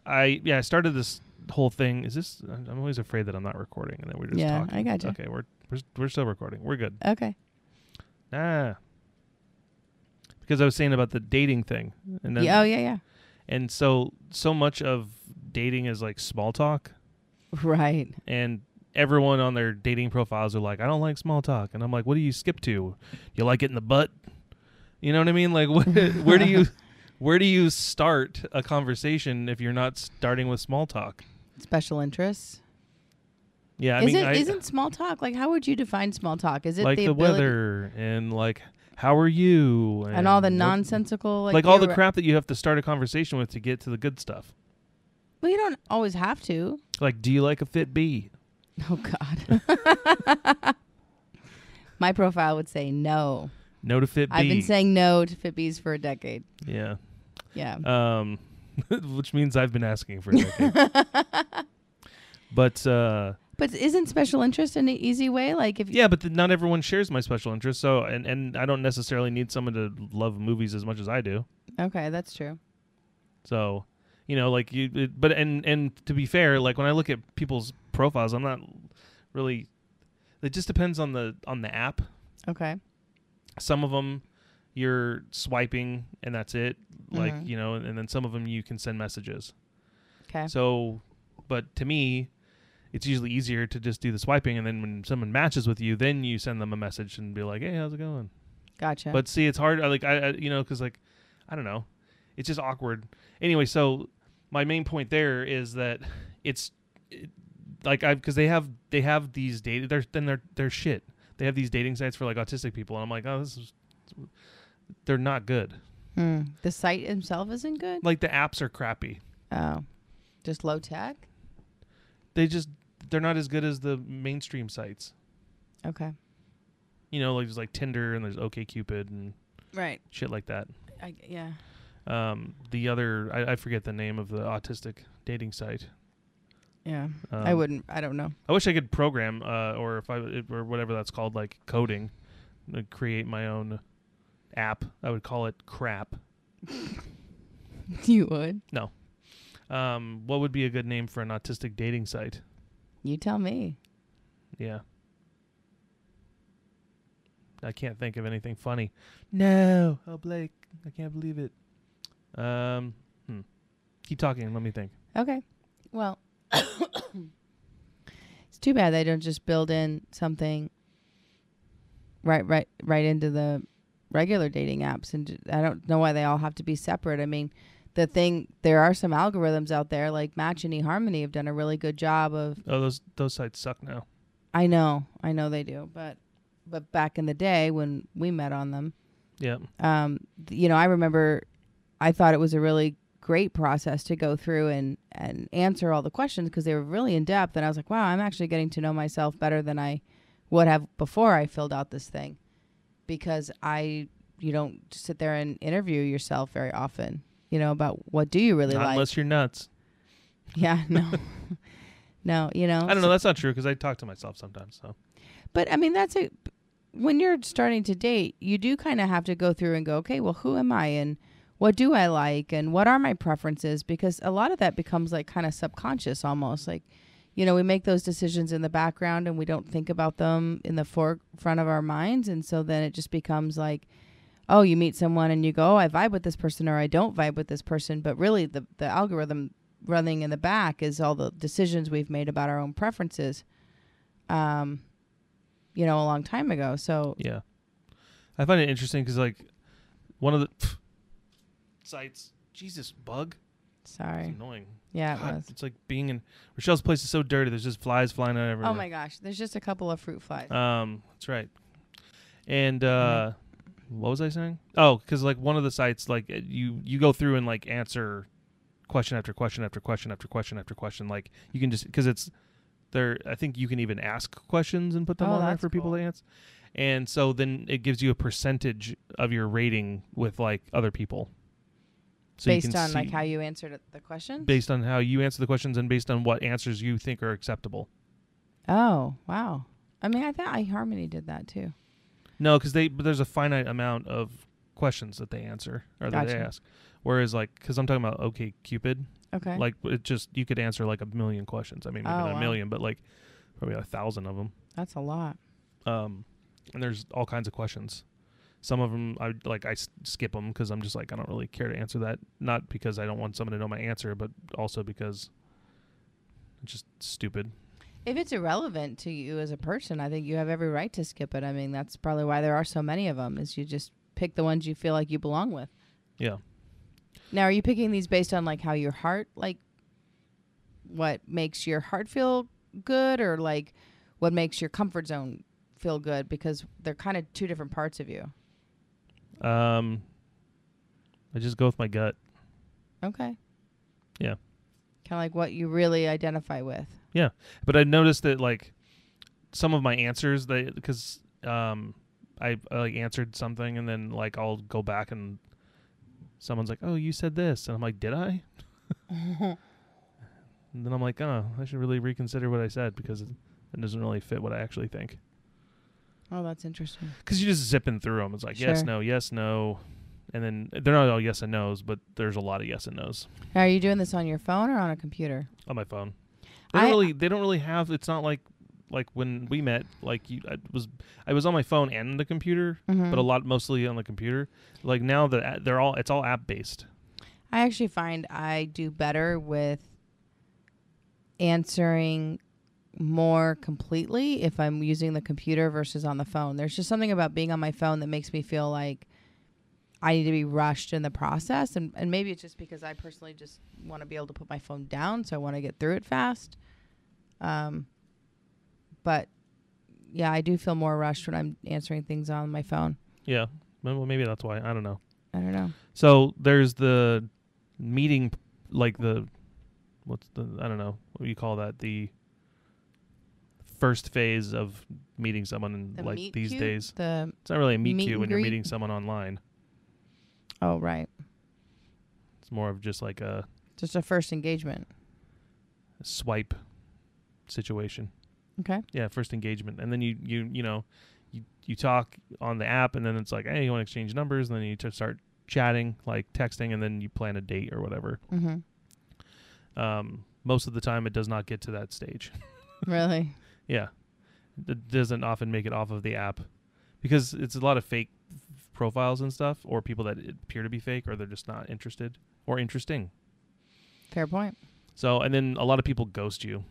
S1: I yeah, I started this whole thing. Is this? I'm I'm always afraid that I'm not recording and that we're just
S3: Yeah,
S1: talking.
S3: I gotcha.
S1: Okay, we're we're we're still recording. We're good.
S3: Okay.
S1: Ah. Because I was saying about the dating thing, and then
S3: Yeah, oh, yeah, yeah.
S1: and so so much of dating is like small talk
S3: Right.
S1: and everyone on their dating profiles are like i don't like small talk and i'm like what do you skip to you like it in the butt you know what i mean like what, where do you where do you start a conversation if you're not starting with small talk
S3: Special interests.
S1: yeah i
S3: is
S1: mean
S3: it
S1: I,
S3: not small talk like how would you define small talk? Is it
S1: like the,
S3: ability-
S1: weather and like how are you and,
S3: and all the
S1: what-
S3: nonsensical like,
S1: like, all
S3: you
S1: the
S3: were-
S1: crap that you have to start a conversation with to get to the good stuff
S3: Well, you don't always have to.
S1: like do you like a fit b
S3: Oh God. My profile would say no.
S1: no to fit b
S3: I've been saying no to Fitbees for a decade.
S1: yeah
S3: Yeah.
S1: um, which means I've been asking for a decade. but uh,
S3: But isn't special interest an easy way? Like if
S1: yeah, but th- not everyone shares my special interest. So, and and I don't necessarily need someone to love movies as much as I do.
S3: Okay, that's true.
S1: So, you know, like you, it, but and and to be fair, like when I look at people's profiles, I'm not really. It just depends on the on the app.
S3: Okay.
S1: Some of them you're swiping and that's it. Like
S3: Mhm.
S1: you know, and then some of them you can send messages.
S3: Okay.
S1: So, but to me, it's usually easier to just do the swiping, and then when someone matches with you, then you send them a message and be like, "Hey, how's it going?"
S3: Gotcha.
S1: But see, it's hard. I Like I, I you know, because like, I don't know, it's just awkward. Anyway, so my main point there is that it's it, like I because they have they have these data. They're then they're they're shit. They have these dating sites for like autistic people, and I'm like, oh, this is they're not good.
S3: Hmm. the site itself isn't good.
S1: Like the apps are crappy.
S3: Oh. Just low tech?
S1: They just they're not as good as the mainstream sites.
S3: Okay.
S1: you know, like there's like Tinder and there's OKCupid and
S3: Right.
S1: shit like that.
S3: I, yeah.
S1: Um, the other, I, I forget the name of the autistic dating site.
S3: Yeah.
S1: Um,
S3: I wouldn't I don't know.
S1: I wish I could program, uh, or if I it- or whatever that's called, like coding, like create my own app. I would call it crap.
S3: you would.
S1: Um, what would be a good name for an autistic dating site?
S3: You tell me.
S1: Yeah. I can't think of anything funny. No, oh Blake, I can't believe it. Um, hmm. Keep talking. Let me think.
S3: Okay. Well, it's too bad they don't just build in something right right right into the regular dating apps and ju- I don't know why they all have to be separate. I mean, the thing there are some algorithms out there like Match and eHarmony have done a really good job of
S1: Oh, those those sites suck now.
S3: I know, I know they do, but but back in the day when we met on them,
S1: Yeah.
S3: um, th- you know, I remember I thought it was a really great process to go through and, and answer all the questions because they were really in depth. And I was like, wow, I'm actually getting to know myself better than I would have before I filled out this thing because I, you don't sit there and interview yourself very often, you know, about what do you really
S1: Not
S3: like.
S1: unless you're nuts.
S3: Yeah, no. no, you know.
S1: I don't know. That's not true because I talk to myself sometimes. So
S3: But I mean, that's a when you're starting to date, you do kind of have to go through and go, okay, well, who am I and what do I like and what are my preferences? Because a lot of that becomes like kind of subconscious almost. Like, you know, we make those decisions in the background and we don't think about them in the forefront of our minds. And so then it just becomes like, oh, you meet someone and you go, oh, I vibe with this person or I don't vibe with this person. But really, the, the algorithm running in the back is all the decisions we've made about our own preferences. Um, you know, a long time ago. So
S1: yeah, I find it interesting because like one of the sites. Jesus, bug. It's
S3: sorry.
S1: annoying.
S3: Yeah, it
S1: God,
S3: was.
S1: It's like being in Rochelle's place is so dirty. There's just flies flying out everywhere.
S3: Oh my gosh, there's just a couple of fruit flies.
S1: Um, that's right. And uh, what was I saying? Oh, because like one of the sites, like uh, you you go through and like answer question after question after question after question after question. Like you can just because it's there. I think you can even ask questions and put them
S3: Oh,
S1: on there
S3: that's
S1: for people
S3: cool.
S1: to answer. And so then it gives you a percentage of your rating with like other people. So you
S3: based
S1: can
S3: on like
S1: see-
S3: how you answered it- the question.
S1: based on how you answer the questions and based on what answers you think are acceptable.
S3: oh wow. I mean, I thought iHarmony did that too.
S1: No, because they but there's a finite amount of questions that they answer or that they
S3: Gotcha.
S1: ask. Whereas like because I'm talking about OK Cupid,
S3: Okay.
S1: like it just you could answer like a million questions. I mean, maybe
S3: Oh,
S1: not
S3: wow.
S1: a million, but like probably a thousand of them.
S3: That's a lot.
S1: Um, and there's all kinds of questions. Some of them I like I s- skip them because I'm just like I don't really care to answer that. Not because I don't want someone to know my answer, but also because it's just stupid.
S3: If it's irrelevant to you as a person, I think you have every right to skip it. I mean, that's probably why there are so many of them. Is you just pick the ones you feel like you belong with.
S1: Yeah.
S3: Now, are you picking these based on like how your heart, like what makes your heart feel good or like what makes your comfort zone feel good? Because they're kind of two different parts of you.
S1: Um, I just go with my gut.
S3: Okay.
S1: Yeah.
S3: Kind of like what you really identify with.
S1: but I noticed that like some of my answers they because um I, I like answered something and then like I'll go back and someone's like oh you said this and I'm like did I and then I'm like oh I should really reconsider what I said because it it doesn't really fit what I actually think
S3: Oh, that's interesting.
S1: because you just zipping through them it's like yes
S3: Sure.
S1: no yes no and then they're not all yes and no's but there's a lot of yes and no's
S3: Now, are you doing this on your phone or on a computer?
S1: on my phone. They don't
S3: I-
S1: really they don't really have it's not like like when we met like you I was I was on my phone and the computer
S3: Mm-hmm.
S1: but a
S3: Mm.
S1: lot mostly on the computer. Like now that they're all it's all app based.
S3: I actually find I do better with answering more completely if I'm using the computer versus on the phone. There's just something about being on my phone that makes me feel like I need to be rushed in the process. And, and maybe it's just because I personally just want to be able to put my phone down. So I want to get through it fast. Um, but yeah, I do feel more rushed when I'm answering things on my phone.
S1: Yeah. Well, maybe that's why. I don't know.
S3: I don't know.
S1: So there's the meeting like the what's the I don't know. What do you call that? The first phase of meeting someone in
S3: The
S1: like
S3: meet
S1: these
S3: cute?
S1: days.
S3: The
S1: It's not really a meet,
S3: Meet
S1: cute
S3: and
S1: when you're
S3: greet?
S1: meeting someone online.
S3: oh right,
S1: It's more of just like a
S3: just a first engagement.
S1: swipe situation.
S3: Okay.
S1: Yeah, first engagement, and then you you you know, you you talk on the app, and then it's like, hey, you want to exchange numbers, and then you just start chatting, like texting, and then you plan a date or whatever.
S3: Mm-hmm.
S1: Um, most of the time, it does not get to that stage.
S3: Really?
S1: Yeah, it doesn't often make it off of the app because it's a lot of fake profiles and stuff, or people that appear to be fake, or they're just not interested or interesting.
S3: Fair point.
S1: So, and then a lot of people ghost you.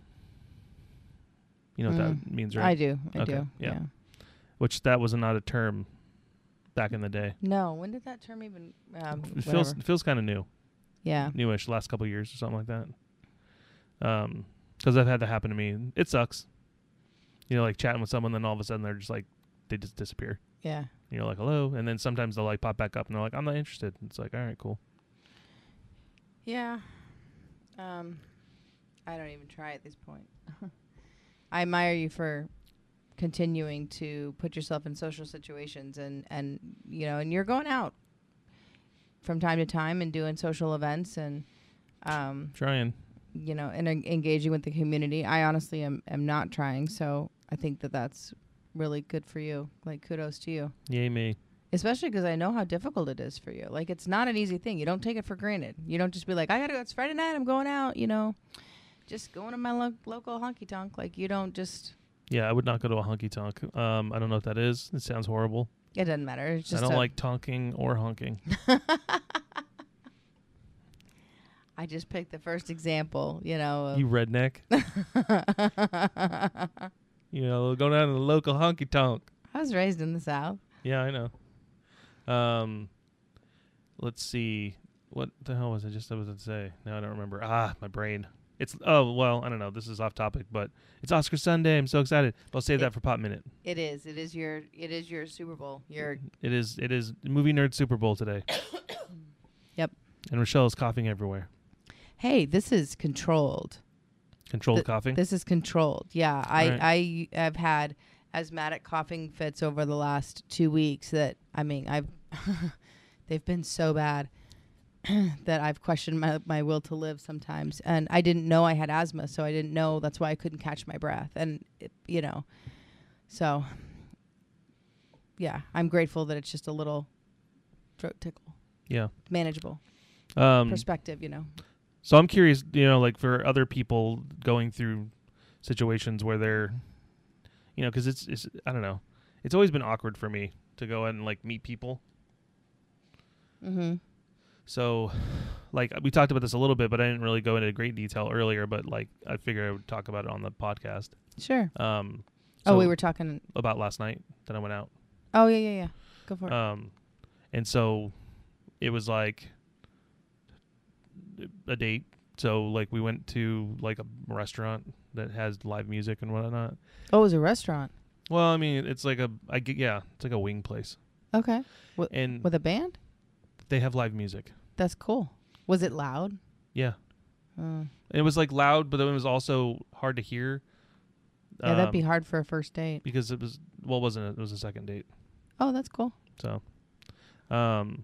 S1: You know what
S3: Mm.
S1: that means,
S3: I
S1: right?
S3: do. I
S1: Okay,
S3: do.
S1: yeah. Which that was not a term back in the day.
S3: No. When did that term even? Um,
S1: It feels
S3: whatever.
S1: it feels kind of new,
S3: Yeah.
S1: newish, last couple of years or something like that. Um, because I've had that happen to me. and It sucks. You know, like chatting with someone, then all of a sudden they're just like, they just disappear.
S3: Yeah.
S1: And You're like, hello, and then sometimes they'll like pop back up, and they're like, I'm not interested. It's like, all right, cool.
S3: Yeah. Um, I don't even try at this point. I admire you for continuing to put yourself in social situations and and you know and you're going out from time to time and doing social events and um
S1: trying.
S3: you know and en- engaging with the community i honestly am, am not trying so i think that that's really good for you like kudos to you
S1: Yay me.
S3: especially because I know how difficult it is for you. Like it's not an easy thing. You don't take it for granted. You don't just be like, I gotta go. It's Friday night. I'm going out. You know, just going to my lo- local honky tonk. Like you don't just.
S1: Yeah, I would not go to a honky tonk. Um, I don't know what that is. It sounds horrible.
S3: It doesn't matter. It's
S1: I
S3: just.
S1: don't
S3: a-
S1: like tonking or honking.
S3: I just picked the first example. You know. Of
S1: you redneck. You know, go down to the local honky tonk.
S3: I was raised in the South.
S1: Yeah, I know. Um, let's see. What the hell was I just about to say? Now I don't remember. Ah, my brain. It's oh well, I don't know. This is off topic, but it's Oscar Sunday. I'm so excited. But I'll save that for pop minute.
S3: It is. It is your. It is your Super Bowl. Your.
S1: It is it is movie nerd Super Bowl today.
S3: Yep.
S1: And Rochelle is coughing everywhere.
S3: Hey, this is controlled.
S1: Controlled
S3: Th-
S1: coughing.
S3: This is controlled. Yeah, I
S1: Right.
S3: I have had asthmatic coughing fits over the last two weeks. That I mean, I've they've been so bad that I've questioned my my will to live sometimes. And I didn't know I had asthma, so I didn't know. That's why I couldn't catch my breath. And it, you know, so yeah, I'm grateful that it's just a little throat tickle,
S1: yeah.
S3: manageable
S1: Um,
S3: perspective. You know,
S1: So I'm curious, you know, like for other people going through situations where they're, you know, because it's, it's, I don't know, it's always been awkward for me to go and like meet people.
S3: mm-hmm.
S1: So, like we talked about this a little bit, but I didn't really go into great detail earlier. But like I figure I would talk about it on the podcast.
S3: sure.
S1: Um,
S3: oh, we
S1: so
S3: were talking.
S1: about last night that I went out.
S3: Oh yeah, yeah, yeah. Go for it.
S1: Um, and so it was like a date. So like we went to like a restaurant that has live music and whatnot.
S3: oh, it was a restaurant.
S1: Well, I mean, it's like a I get yeah, it's like a wing place,
S3: Okay.
S1: and
S3: With a band?
S1: they have live music.
S3: That's cool. Was it loud?
S1: Yeah,
S3: Uh,
S1: it was like loud, but it was also hard to hear.
S3: yeah, that'd be
S1: um,
S3: hard for a first date.
S1: because it was well, it wasn't it? It was a second date.
S3: Oh, that's cool.
S1: So, um,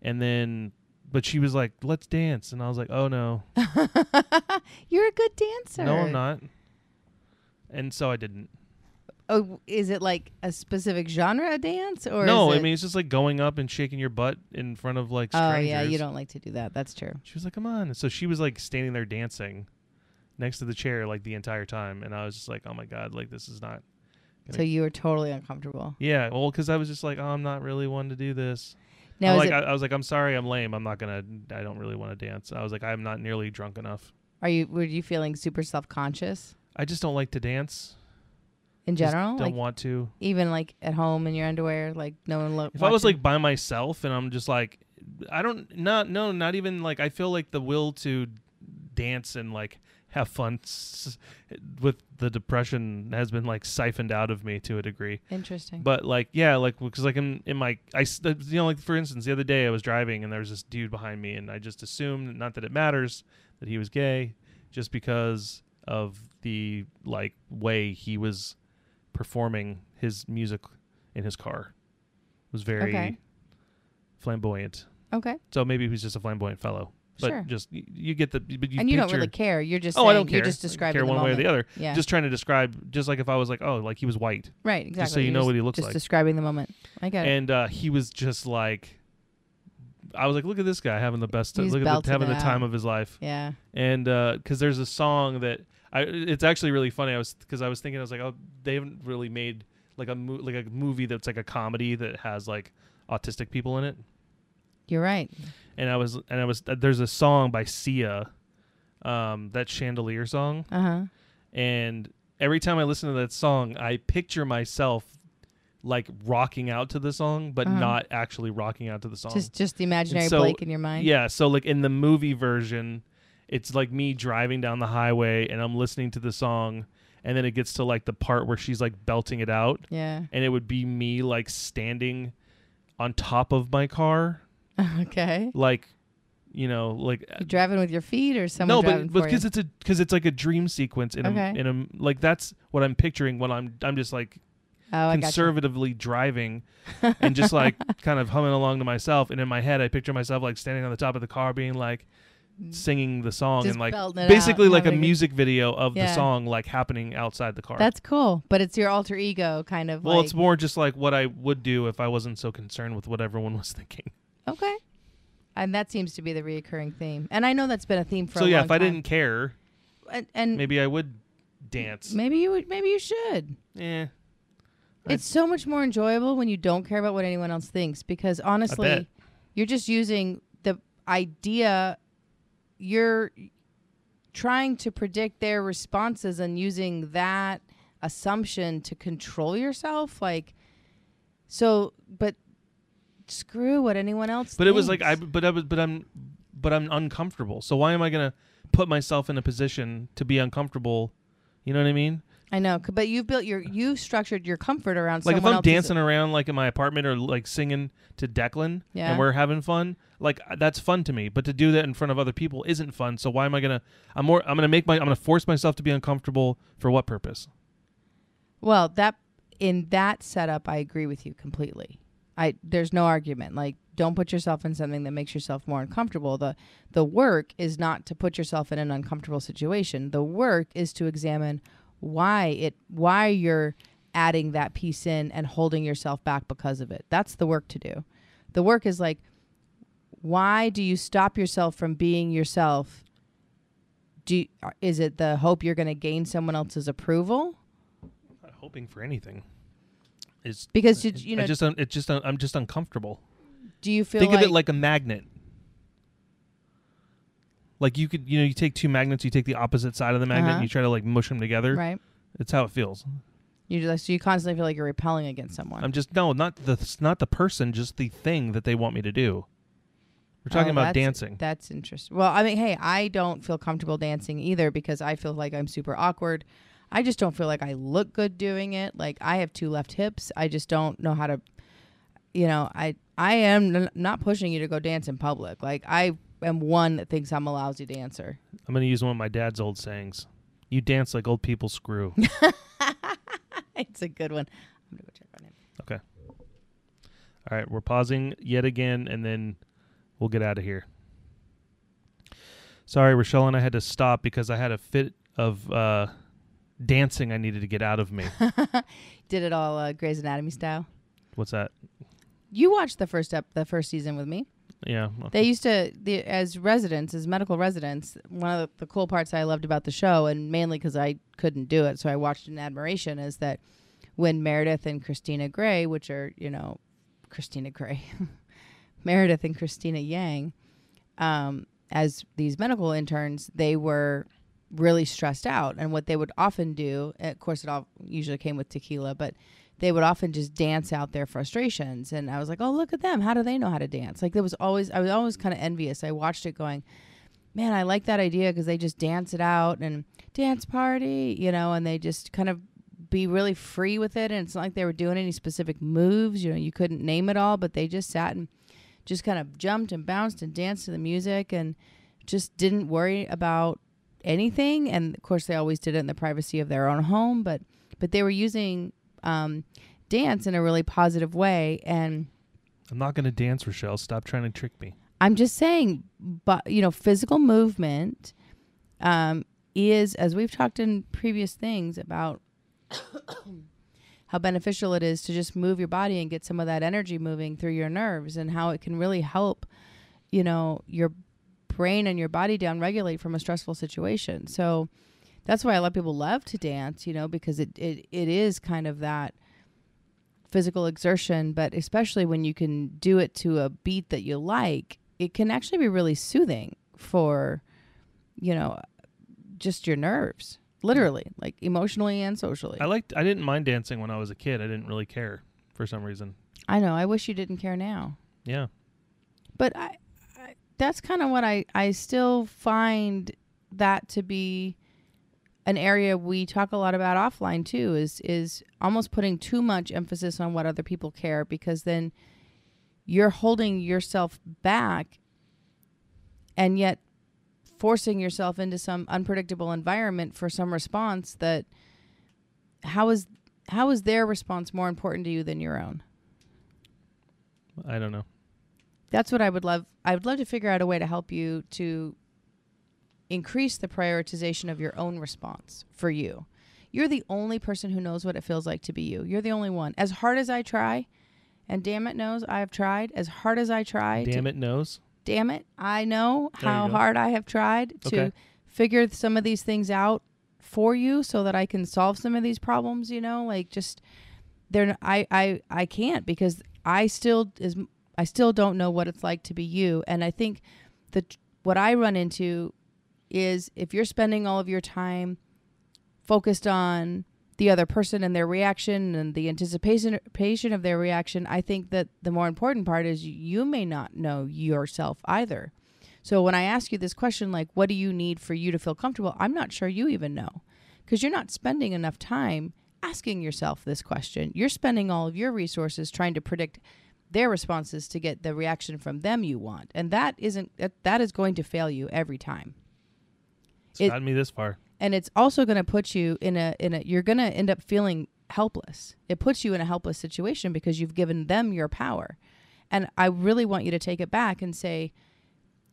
S1: and then but she was like, "Let's dance," and I was like, "Oh no,
S3: You're a good dancer.
S1: no, I'm not." And so I didn't.
S3: Oh, w- is it like a specific genre of dance or
S1: no,
S3: is
S1: I
S3: it-
S1: mean it's just like going up and shaking your butt in front of like
S3: Oh,
S1: strangers.
S3: yeah, you don't like to do that. That's true.
S1: She was like, "Come on!" And so she was like standing there dancing next to the chair like the entire time, and I was just like, "Oh my god! Like this is not."
S3: So you were totally uncomfortable.
S1: Yeah, well, because I was just like, "Oh, I'm not really one to do this."
S3: Now
S1: I'm
S3: is
S1: like,
S3: it,
S1: I, I was like, "I'm sorry, I'm lame. I'm not gonna. I don't really want to dance." I was like, "I'm not nearly drunk enough.
S3: are you were you feeling super self-conscious
S1: I just don't like to dance.
S3: in
S1: Just
S3: general?
S1: don't
S3: Like
S1: want to.
S3: even like at home in your underwear, like no one look
S1: If I was like by myself and I'm just like, I don't not no not even like I feel like the will to dance and like have fun s- with the depression has been like siphoned out of me to a degree.
S3: interesting.
S1: But like yeah, like because like in in my I s- you know like for instance the other day I was driving and there was this dude behind me and I just assumed not that it matters that he was gay just because of the like way he was performing his music in his car It was very
S3: Okay.
S1: flamboyant.
S3: okay.
S1: So maybe he was just a flamboyant fellow. But
S3: Sure.
S1: just y- you get the but you
S3: and you don't
S1: picture-
S3: really care. You're just
S1: Oh,
S3: saying,
S1: I don't care.
S3: You're just
S1: I
S3: describing
S1: care
S3: the
S1: one way or the
S3: moment.
S1: other.
S3: Yeah.
S1: Just trying to describe, just like if I was like, oh, like he was white,
S3: Right, exactly.
S1: just so you
S3: You're
S1: know what he looks
S3: just
S1: like.
S3: describing the moment. I get it.
S1: and uh, he was just like, I was like, look at this guy having the best,
S3: He's
S1: look at the,
S3: belting
S1: having
S3: it
S1: the time
S3: out.
S1: of his life.
S3: Yeah.
S1: And because there's a song that I, it's actually really funny. I was because I was thinking I was like, oh, they haven't really made like a mo- like a movie that's like a comedy that has like autistic people in it.
S3: You're right.
S1: uh, And I was and I was there's a song by Sia um, that chandelier song,
S3: Uh huh.
S1: and every time I listen to that song, I picture myself like rocking out to the song, but
S3: Uh-huh.
S1: not actually rocking out to the song.
S3: Just just the imaginary
S1: so-
S3: Blake in your mind.
S1: Yeah, so like in the movie version, it's like me driving down the highway and I'm listening to the song and then it gets to like the part where she's like belting it out
S3: Yeah.
S1: and it would be me like standing on top of my car
S3: okay.
S1: like you know like uh,
S3: You're driving with your feet or someone
S1: no
S3: driving
S1: but but
S3: for you?
S1: because it's a because it's like a dream sequence in
S3: Okay.
S1: a, in a like that's what i'm picturing when i'm i'm just like
S3: oh, I got you.
S1: conservatively driving and just like kind of humming along to myself. And in my head, I picture myself like standing on the top of the car, being like
S3: Mm.
S1: singing the song
S3: Just
S1: and like
S3: belting it
S1: basically
S3: out and
S1: like a
S3: having a good-
S1: music video of the
S3: Yeah.
S1: song like happening outside the car.
S3: That's cool, but it's your alter ego kind of.
S1: well,
S3: like,
S1: it's more just like what I would do if I wasn't so concerned with what everyone was thinking.
S3: okay. And that seems to be the reoccurring theme, and I know that's been a theme for.
S1: So
S3: a
S1: yeah,
S3: long
S1: if I
S3: time. Mm.
S1: didn't care,
S3: and, and maybe,
S1: maybe I would dance.
S3: you would, maybe you should.
S1: Eh. I-
S3: It's so much more enjoyable when you don't care about what anyone else thinks, because
S1: bet.
S3: honestly, you're just using the idea. You're trying to predict their responses and using that assumption to control yourself, like. So, but screw what anyone else.
S1: But it was like I
S3: thinks.
S1: but I was but I'm but I'm uncomfortable. So why am I gonna put myself in a position to be uncomfortable? You know what I mean?
S3: I know, c- but you've built your you've structured your comfort around
S1: like if
S3: someone
S1: I'm
S3: else's-
S1: dancing around like in my apartment or like singing to Declan
S3: Yeah.
S1: and we're having fun, like uh, that's fun to me. But to do that in front of other people isn't fun. So why am I gonna? I'm more. I'm gonna make my. I'm gonna force myself to be uncomfortable for what purpose?
S3: Well, that in that setup, I agree with you completely. I there's no argument. Like, don't put yourself in something that makes yourself more uncomfortable. the The work is not to put yourself in an uncomfortable situation. The work is to examine why it why you're adding that piece in and holding yourself back because of it. That's the work to do. The work is like, why do you stop yourself from being yourself? Do you, is it the hope you're going to gain someone else's approval?
S1: I'm not hoping for anything. It's
S3: Because you, you know,
S1: I just un- it's just un- I'm just uncomfortable.
S3: do you feel
S1: Think
S3: like,
S1: of it like a magnet. Like you could, you know, you take two magnets, you take the opposite side of the magnet,
S3: Uh-huh.
S1: and you try to like mush them together.
S3: right?
S1: It's how it feels.
S3: You just, so you constantly feel like you're repelling against someone.
S1: I'm just no, not the not the person, just the thing that they want me to do. We're talking
S3: Oh,
S1: about
S3: that's-
S1: dancing.
S3: That's interesting. Well, I mean, hey, I don't feel comfortable dancing either because I feel like I'm super awkward. I just don't feel like I look good doing it. Like I have two left hips. I just don't know how to you know, I I am n- not pushing you to go dance in public. Like I am one that thinks I'm a lousy dancer.
S1: I'm going to use one of my dad's old sayings. You dance like old people screw.
S3: it's a good one. I'm going to go check on him.
S1: okay. All right, we're pausing yet again and then we'll get out of here. Sorry, Rochelle and I had to stop because I had a fit of uh, dancing I needed to get out of me.
S3: Did it all uh, Grey's Anatomy style.
S1: What's that?
S3: You watched the first up the first season with me.
S1: Yeah.
S3: They used to, the, as residents, as medical residents, one of the, the cool parts I loved about the show, and mainly because I couldn't do it, so I watched it in admiration, is that when Meredith and Christina Gray, which are, you know, Christina Gray, Meredith and Christina Yang, um, as these medical interns, they were really stressed out. And what they would often do, and of course, it all usually came with tequila, but they would often just dance out their frustrations. And I was like, oh, look at them. How do they know how to dance? Like, there was always, I was always kind of envious. I watched it going, man, I like that idea because they just dance it out and dance party, you know, and they just kind of be really free with it. And it's not like they were doing any specific moves, you know, you couldn't name it all, but they just sat and just kind of jumped and bounced and danced to the music and just didn't worry about anything. And of course, they always did it in the privacy of their own home, but but they were using um, dance in a really positive way and.
S1: I'm not going to dance, Rochelle. Stop trying to trick me.
S3: I'm just saying, but you know, physical movement um, is, as we've talked in previous things about how beneficial it is to just move your body and get some of that energy moving through your nerves, and how it can really help, you know, your brain and your body down regulate from a stressful situation. So that's why a lot of people love to dance, you know, because it it, it is kind of that physical exertion, but especially when you can do it to a beat that you like, it can actually be really soothing for, you know, just your nerves, literally, like emotionally and socially.
S1: I liked. I didn't mind dancing when I was a kid. I didn't really care for some reason.
S3: I know. I wish you didn't care now,
S1: Yeah.
S3: but I, I that's kind of what I I still find that to be an area we talk a lot about offline too is is almost putting too much emphasis on what other people care because then you're holding yourself back and yet forcing yourself into some unpredictable environment for some response that how is how is their response more important to you than your own
S1: I don't know.
S3: that's what I would love. I would love to figure out a way to help you to increase the prioritization of your own response for you. You're the only person who knows what it feels like to be you. You're the only one. As hard as I try, and damn it knows I have tried, as hard as I try, to-
S1: Damn it, knows.
S3: damn it, I know
S1: There you
S3: how
S1: go.
S3: hard I have tried to
S1: Okay.
S3: figure some of these things out for you so that I can solve some of these problems, you know, like just they're n- I I I can't because I still is I still don't know what it's like to be you and I think the tr- what I run into is if you're spending all of your time focused on the other person and their reaction and the anticipation patient of their reaction, I think that the more important part is you may not know yourself either. So when I ask you this question, like, what do you need for you to feel comfortable? I'm not sure you even know because you're not spending enough time asking yourself this question. You're spending all of your resources trying to predict their responses to get the reaction from them you want. And that isn't, that, that is going to fail you every time
S1: It's
S3: It-
S1: gotten me this far.
S3: and it's also going to put you in a in a you're going to end up feeling helpless. It puts you in a helpless situation because you've given them your power. And I really want you to take it back and say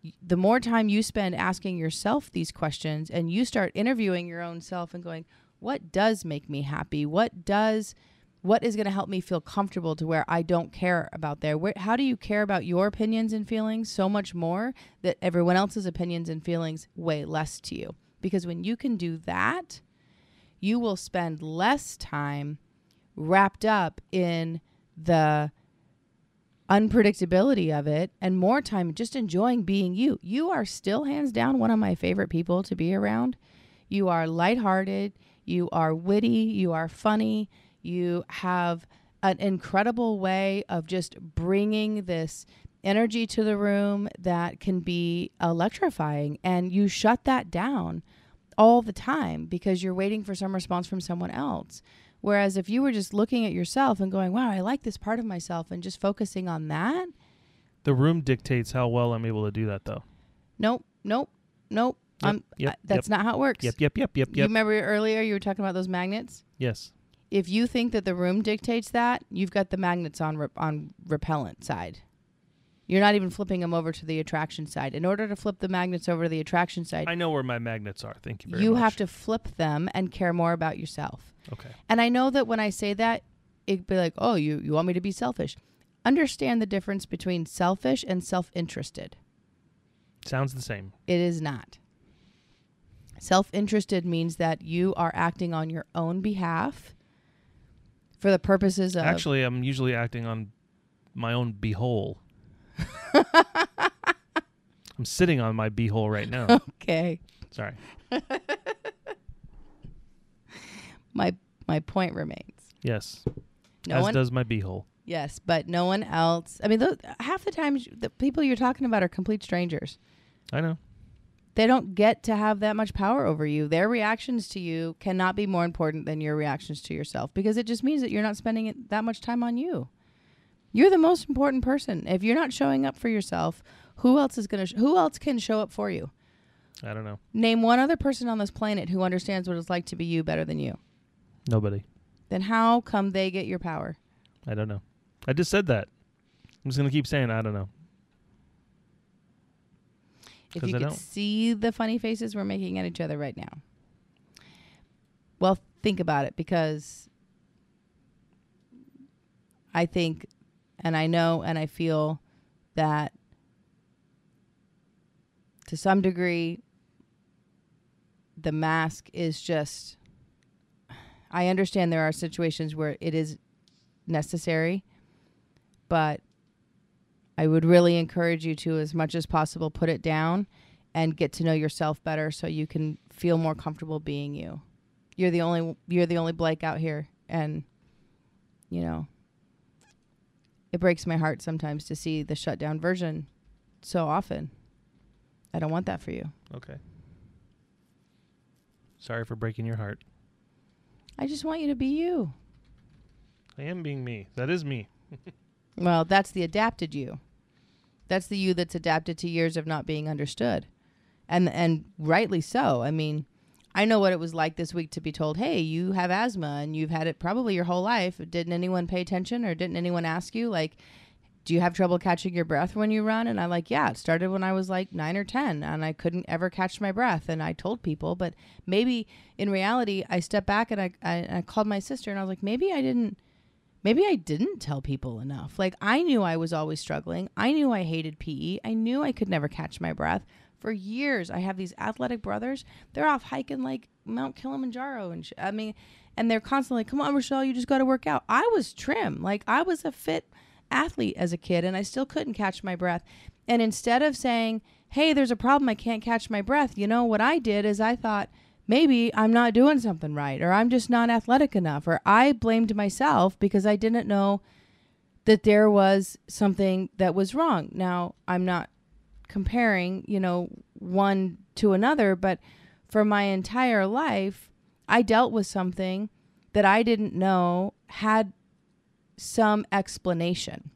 S3: y- the more time you spend asking yourself these questions and you start interviewing your own self and going, what does make me happy? What does what is going to help me feel comfortable to where I don't care about their where, how do you care about your opinions and feelings so much more that everyone else's opinions and feelings weigh less to you because when you can do that you will spend less time wrapped up in the unpredictability of it and more time just enjoying being you you are still hands down one of my favorite people to be around you are lighthearted you are witty you are funny you have an incredible way of just bringing this energy to the room that can be electrifying and you shut that down all the time because you're waiting for some response from someone else whereas if you were just looking at yourself and going wow i like this part of myself and just focusing on that
S1: The room dictates how well I'm able to do that, though.
S3: nope nope nope
S1: Yep,
S3: I'm,
S1: yep,
S3: I- that's not how it works
S1: Yep, yep, yep, yep,
S3: you
S1: yep.
S3: remember earlier you were talking about those magnets
S1: yes.
S3: if you think that the room dictates that, you've got the magnets on re- on repellent side. You're not even flipping them over to the attraction side. In order to flip the magnets over to the attraction side,
S1: I know where my magnets are. Thank you very
S3: you
S1: much.
S3: have to flip them and care more about yourself.
S1: Okay.
S3: And I know that when I say that, it'd be like, "Oh, you you want me to be selfish?" Understand the difference between selfish and self-interested.
S1: Sounds the same.
S3: It is not. Self interested means that you are acting on your own behalf for the purposes of.
S1: Actually, I'm usually acting on my own beehole. I'm sitting on my beehole right now.
S3: okay.
S1: Sorry.
S3: My, my point remains.
S1: Yes.
S3: No
S1: as
S3: one,
S1: does my beehole.
S3: yes, but no one else. I mean, tho- half the times the people you're talking about are complete strangers.
S1: I know.
S3: They don't get to have that much power over you. Their reactions to you cannot be more important than your reactions to yourself because it just means that you're not spending it that much time on you. You're the most important person. If you're not showing up for yourself, who else is going to sh- who else can show up for you?
S1: I don't know.
S3: Name one other person on this planet who understands what it's like to be you better than you.
S1: Nobody.
S3: Then how come they get your power?
S1: I don't know. I just said that. I'm just gonna keep saying I don't know.
S3: If
S1: 'Cause
S3: you
S1: I
S3: could
S1: don't.
S3: see the funny faces we're making at each other right now. Well, think about it because I think and I know and I feel that to some degree the mask is just I understand there are situations where it is necessary, but I would really encourage you to, as much as possible, put it down and get to know yourself better so you can feel more comfortable being you. You're the only you're the only Blake out here and you know it breaks my heart sometimes to see the shut down version so often. I don't want that for you.
S1: Okay. Sorry for breaking your heart.
S3: I just want you to be you.
S1: I am being me. That is me.
S3: Well, that's the adapted you. That's the you that's adapted to years of not being understood. And and rightly so. I mean, I know what it was like this week to be told, "Hey, you have asthma and you've had it probably your whole life. Didn't anyone pay attention or didn't anyone ask you like do you have trouble catching your breath when you run? And I like, yeah, it started when I was like nine or 10 and I couldn't ever catch my breath. And I told people, but maybe in reality, I stepped back and I, I, I called my sister and I was like, maybe I didn't maybe I didn't tell people enough. Like I knew I was always struggling. I knew I hated PE. I knew I could never catch my breath. For years, I have these athletic brothers. They're off hiking like Mount Kilimanjaro and sh- I mean, and they're constantly, "Come on, Rochelle, you just got to work out." I was trim. Like I was a fit athlete as a kid and I still couldn't catch my breath. And instead of saying, "Hey, there's a problem. I can't catch my breath." You know what I did is I thought, maybe I'm not doing something right or I'm just not athletic enough or I blamed myself because I didn't know that there was something that was wrong. Now, I'm not comparing, you know, one to another, but for my entire life, I dealt with something that I didn't know had some explanation.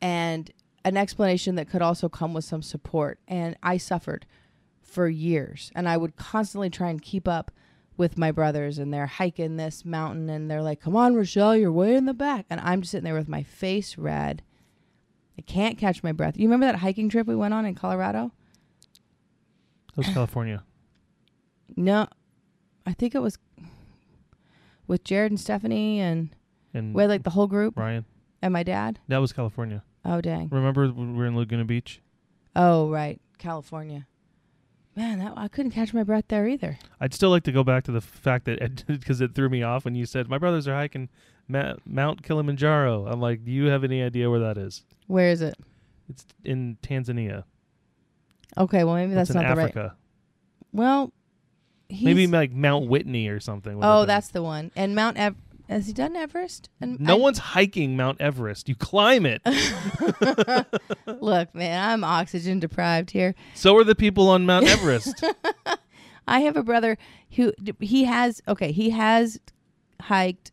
S3: And an explanation that could also come with some support. And I suffered for years and i would constantly try and keep up with my brothers and they're hiking this mountain and they're like come on rochelle you're way in the back and i'm just sitting there with my face red i can't catch my breath you remember that hiking trip we went on in colorado
S1: That was California.
S3: no i think it was with jared and stephanie and
S1: And
S3: we had like the whole group
S1: Ryan.
S3: and my dad
S1: That was California.
S3: oh dang
S1: Remember when we were in Laguna Beach?
S3: oh right california man that, i couldn't catch my breath there either
S1: I'd still like to go back to the fact that because it threw me off when you said my brothers are hiking Ma- Mount Kilimanjaro. I'm like, do you have any idea where that is?
S3: where is it
S1: It's in Tanzania.
S3: okay well maybe that's
S1: it's
S3: not
S1: in
S3: the right
S1: Africa.
S3: well he's,
S1: Maybe like Mount Whitney or something. would have
S3: Oh,
S1: been-
S3: that's the one. And Mount Ev- has he done Everest? And
S1: no
S3: I-
S1: one's hiking Mount Everest. You climb it.
S3: Look, man, I'm oxygen deprived here.
S1: so are the people on Mount Everest.
S3: I have a brother who d- he has. Okay, he has hiked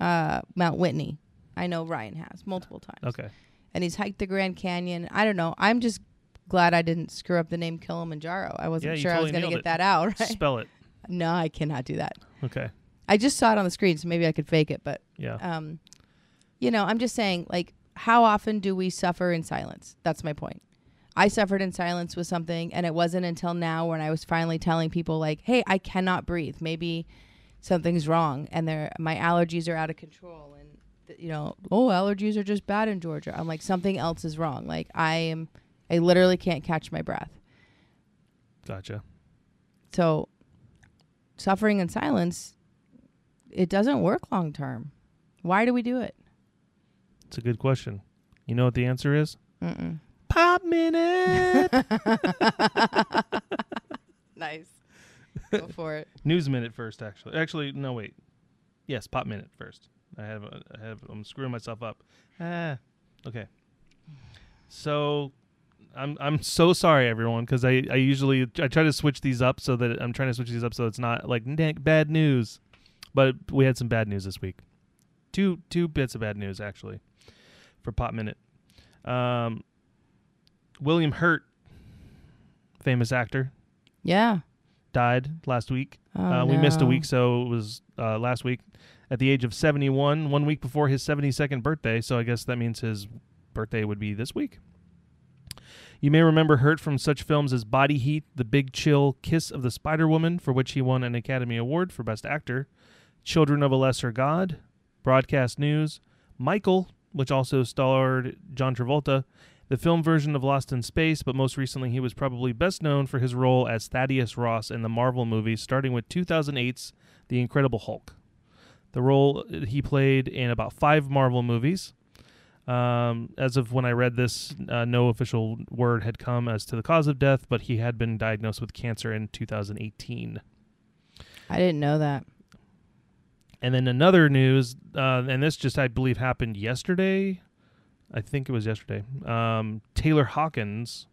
S3: uh, Mount Whitney. I know Ryan has multiple times,
S1: okay.
S3: and he's hiked the Grand Canyon. I don't know. I'm just glad I didn't screw up the name Kilimanjaro. I
S1: Yeah,
S3: wasn't
S1: you
S3: sure I was
S1: totally
S3: going to
S1: nailed
S3: get
S1: it.
S3: that out. Right?
S1: Spell it.
S3: no, I cannot do that.
S1: Okay.
S3: I just saw it on the screen, so maybe I could fake it, but
S1: Yeah.
S3: um, you know, I'm just saying, like, how often do we suffer in silence? That's my point. I suffered in silence with something, and it wasn't until now when I was finally telling people, like, hey, I cannot breathe. Maybe something's wrong, and they're, my allergies are out of control. And, th- you know, oh, allergies are just bad in Georgia. I'm like, something else is wrong. Like, I am, I literally can't catch my breath.
S1: Gotcha.
S3: So, suffering in silence, it doesn't work long term. Why do we do it?
S1: It's a good question. You know what the answer is?
S3: Mm-mm.
S1: Pop minute.
S3: Nice. Go for it.
S1: News minute first, actually. Actually, no, wait. Yes, pop minute first. I have, I have, I'm screwing myself up. Ah, okay. So, I'm, I'm so sorry, everyone, because I, I usually I try to switch these up so that I'm trying to switch these up so it's not like "Nick, bad news, but we had some bad news this week. Two, two bits of bad news actually, for pop minute. Um, William Hurt, famous actor,
S3: Yeah.
S1: died last week.
S3: Oh,
S1: Uh, we missed a
S3: no.
S1: week, so it was uh, last week at the age of 71, one week before his 72nd birthday. So I guess that means his birthday would be this week. You may remember Hurt from such films as Body Heat, The Big Chill, Kiss of the Spider Woman, for which he won an Academy Award for Best Actor, Children of a Lesser God, Broadcast News, Michael, which also starred John Travolta, the film version of Lost in Space, but most recently he was probably best known for his role as Thaddeus Ross in the Marvel movies, starting with 2008's The uh, Incredible Hulk. The role he played in about five Marvel movies. Um, as of when I read this, uh, no official word had come as to the cause of death, but he had been diagnosed with cancer in 2018.
S3: I didn't know that.
S1: And then another news, uh, and this just I believe happened yesterday. I think it was yesterday. Um, Taylor Hawkins,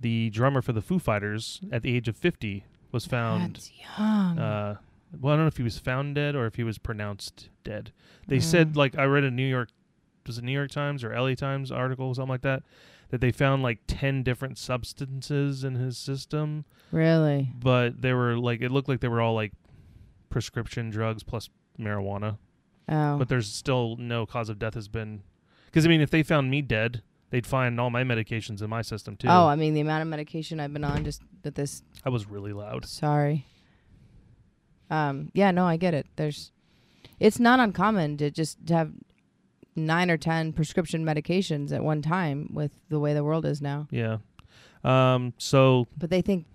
S1: the drummer for the Foo Fighters, at the age of 50, was found.
S3: That's young.
S1: Uh, well, I don't know if he was found dead or if he was pronounced dead. They
S3: Mm.
S1: said, like, I read a New York, was it New York Times or LA Times article, something like that, that they found like 10 different substances in his system
S3: really?
S1: but they were like it looked like they were all like prescription drugs plus marijuana
S3: Oh.
S1: but there's still no cause of death has been because i mean if they found me dead they'd find all my medications in my system too
S3: Oh, I mean the amount of medication I've been on just that this
S1: i was really loud
S3: sorry. Um yeah, no, I get it. There's it's not uncommon to just have 9 or 10 prescription medications at one time with the way the world is now.
S1: yeah um so
S3: But they think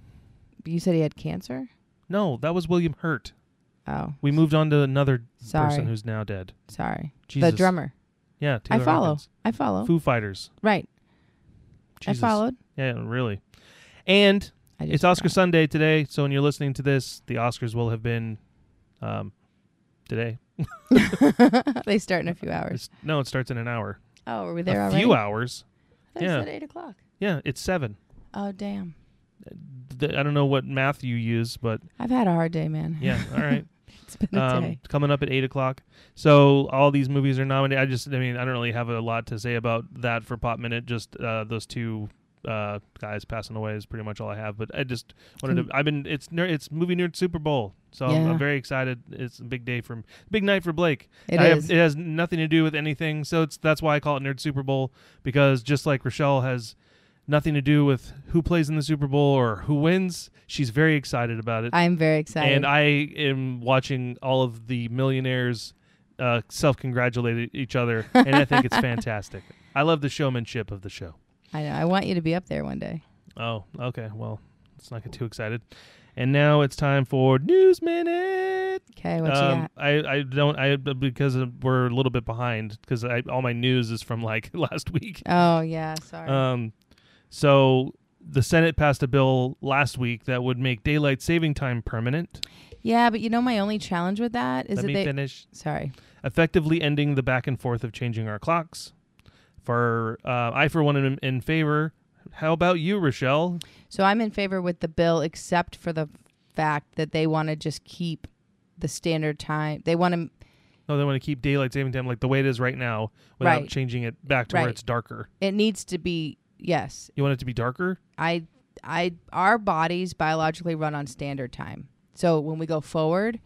S3: you said he had cancer?
S1: no that was william hurt
S3: Oh,
S1: we moved on to another
S3: sorry.
S1: person who's now dead
S3: sorry.
S1: jesus
S3: The drummer.
S1: yeah Taylor
S3: I follow.
S1: Hawkins.
S3: I follow.
S1: foo fighters
S3: Right.
S1: jesus.
S3: I followed.
S1: yeah really and
S3: I just
S1: it's Oscar
S3: forgot.
S1: Sunday today, so when you're listening to this, the Oscars will have been um, today.
S3: they start in a few hours.
S1: It's, no, it starts in an hour.
S3: Oh, were we there
S1: a
S3: already?
S1: few hours.
S3: I thought you
S1: yeah.
S3: said 8 o'clock.
S1: Yeah, it's seven.
S3: Oh, damn.
S1: Th- I don't know what math you use, but
S3: I've had a hard day, man.
S1: yeah, all right.
S3: it's been a
S1: Um,
S3: day.
S1: coming up at eight o'clock. So all these movies are nominated. I just, I mean, I don't really have a lot to say about that for Pop Minute. Just uh, those two uh, guys passing away is pretty much all I have. But I just wanted to. I've been. It's ner- it's movie nerd Super Bowl, so I'm, I'm
S3: Yeah.
S1: very excited. It's a big day for, big night for Blake.
S3: It
S1: I have-
S3: is.
S1: it has nothing to do with anything. So it's that's why I call it Nerd Super Bowl because just like Rochelle has nothing to do with who plays in the Super Bowl or who wins, she's very excited about it.
S3: I'm very excited.
S1: and I am watching all of the millionaires uh, self-congratulate e-, each other, and I think it's fantastic. I love the showmanship of the show.
S3: I know. I want you to be up there one day.
S1: Oh, okay. Well, let's not get too excited. And now it's time for News Minute.
S3: Okay, what you
S1: Um,
S3: got?
S1: I I don't I because of- we're a little bit behind because I all my news is from like last week.
S3: Oh yeah, sorry.
S1: Um, so the Senate passed a bill last week that would make daylight saving time permanent.
S3: yeah, but you know my only challenge with that is
S1: Let
S3: that
S1: me
S3: they
S1: finish.
S3: sorry.
S1: Effectively ending the back and forth of changing our clocks. For uh, I for one am in favor. How about you, Rochelle?
S3: So I'm in favor with the bill except for the fact that they want to just keep the standard time. They want to
S1: No, Oh, they want to keep daylight saving time like the way it is right now without
S3: Right.
S1: changing it back to where
S3: Right.
S1: it's darker.
S3: it needs to be yes.
S1: You want it to be darker?
S3: I I our bodies biologically run on standard time. So when we go forward,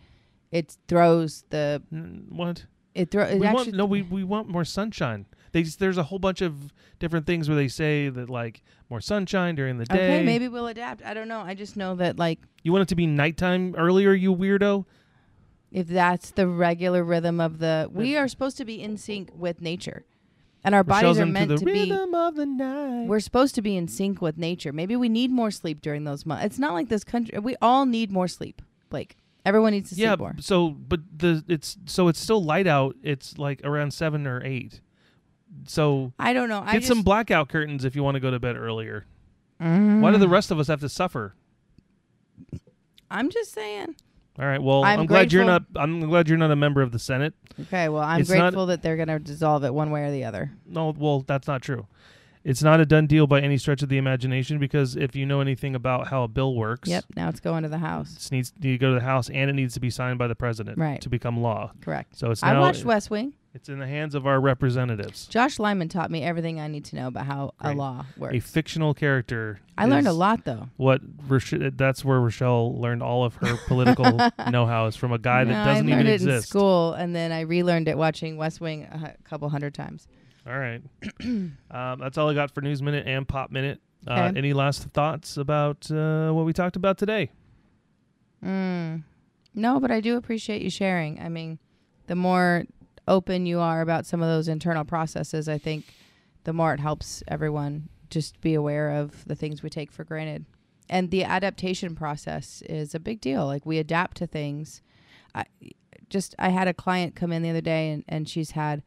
S3: it throws the
S1: Mm, What?
S3: it throw it
S1: we
S3: actually
S1: want, no, we, we want more sunshine. They just, there's a whole bunch of different things where they say that like more sunshine during the day.
S3: Okay, maybe we'll adapt. I don't know. I just know that like
S1: you want it to be nighttime earlier, you weirdo.
S3: if that's the regular rhythm of the we are supposed to be in sync with nature and our bodies
S1: Rochelle's
S3: are
S1: into
S3: meant
S1: the
S3: to be
S1: rhythm of the night.
S3: we're supposed to be in sync with nature maybe we need more sleep during those months it's not like this country we all need more sleep like everyone needs to
S1: yeah.
S3: sleep more
S1: So, but the it's so it's still light out. It's like around seven or eight. So
S3: i don't know i
S1: get
S3: just
S1: some blackout curtains if you want to go to bed earlier. Why
S3: Mm.
S1: do the rest of us have to suffer?
S3: i'm just saying
S1: All right. Well,
S3: I'm
S1: glad you're not.
S3: grateful-
S1: I'm glad you're not a member of the Senate.
S3: okay well i'm
S1: It's not-
S3: grateful that they're going to dissolve it one way or the other
S1: No, well, that's not true. It's not a done deal by any stretch of the imagination because if you know anything about how a bill works,
S3: yep now it's going to the house
S1: it needs to go to the House and it needs to be signed by the president
S3: Right.
S1: to become law.
S3: correct
S1: So it's
S3: i
S1: now
S3: watched west wing
S1: it's in the hands of our representatives.
S3: josh lyman taught me everything i need to know about how
S1: Great.
S3: a law
S1: A
S3: works
S1: fictional character.
S3: I learned a
S1: is
S3: lot though
S1: What Roche- that's where Rochelle learned all of her political know-how is from a guy that
S3: No,
S1: doesn't
S3: I learned
S1: even
S3: it in
S1: exist.
S3: school, and then I relearned it watching West Wing a hu- couple hundred times.
S1: All right, um, that's all I got for News Minute and Pop Minute. Uh,
S3: Okay.
S1: any last thoughts about uh, what we talked about today?
S3: Mm. No, but I do appreciate you sharing. I mean, the more open you are about some of those internal processes, I think the more it helps everyone just be aware of the things we take for granted. And the adaptation process is a big deal. Like we adapt to things. I just I had a client come in the other day and, and she's had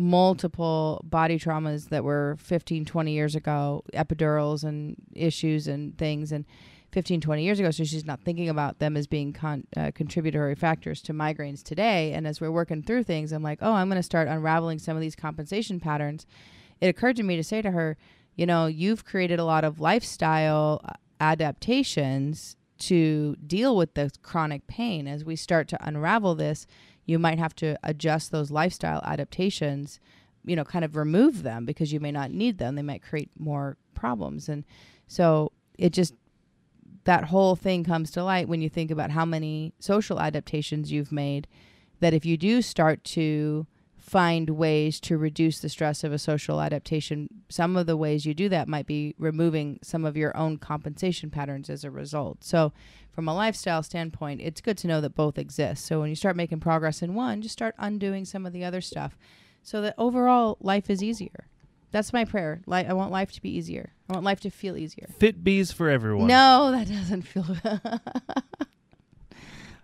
S3: multiple body traumas that were 15, 20 years ago, epidurals and issues and things, and 15, 20 years ago. So she's not thinking about them as being con- uh, contributory factors to migraines today. And as we're working through things, I'm like, oh, I'm going to start unraveling some of these compensation patterns. It occurred to me to say to her, you know, you've created a lot of lifestyle uh, adaptations to deal with the chronic pain. As we start to unravel this, you might have to adjust those lifestyle adaptations, you know, kind of remove them because you may not need them. They might create more problems. And so it just, that whole thing comes to light when you think about how many social adaptations you've made. That if you do start to find ways to reduce the stress of a social adaptation, some of the ways you do that might be removing some of your own compensation patterns as a result. So, from a lifestyle standpoint, it's good to know that both exist. So, when you start making progress in one, just start undoing some of the other stuff so that overall life is easier. That's my prayer. Li- I want life to be easier. I want life to feel easier.
S1: Fit bees for everyone.
S3: No, that doesn't feel.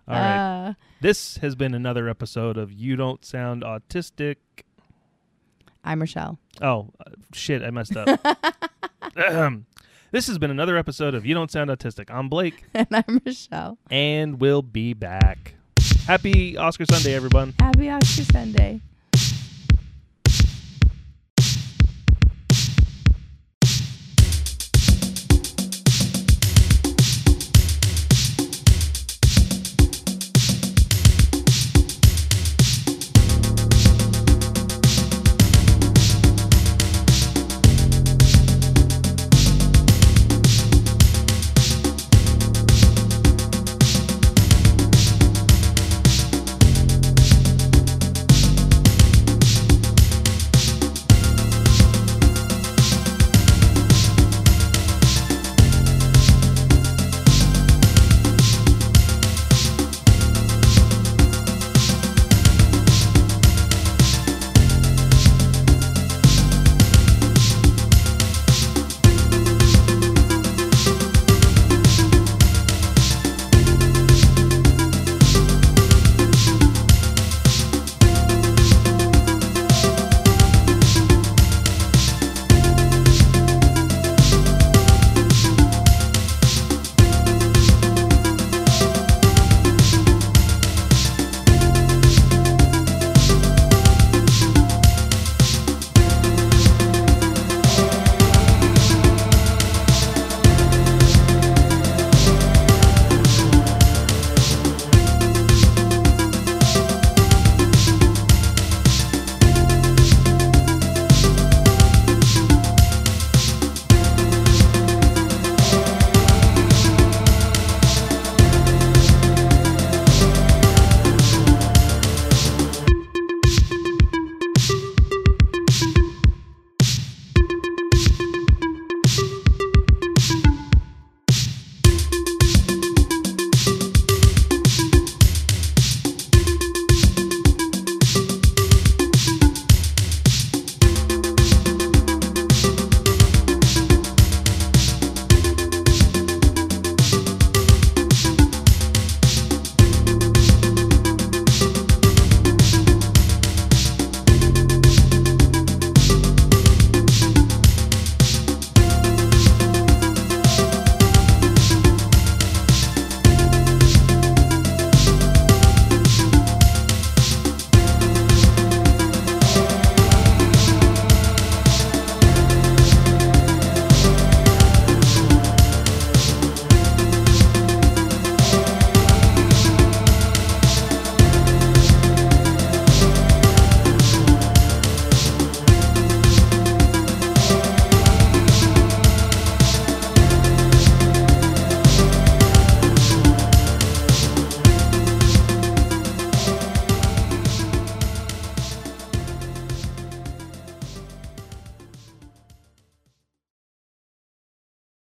S3: All
S1: All
S3: uh,
S1: right. this has been another episode of You Don't Sound Autistic.
S3: I'm Rochelle.
S1: Oh, uh, shit, I messed up. Ahem. this has been another episode of You Don't Sound Autistic. I'm Blake,
S3: and I'm Rochelle.
S1: and we'll be back. Happy Oscar Sunday, everyone.
S3: Happy Oscar Sunday.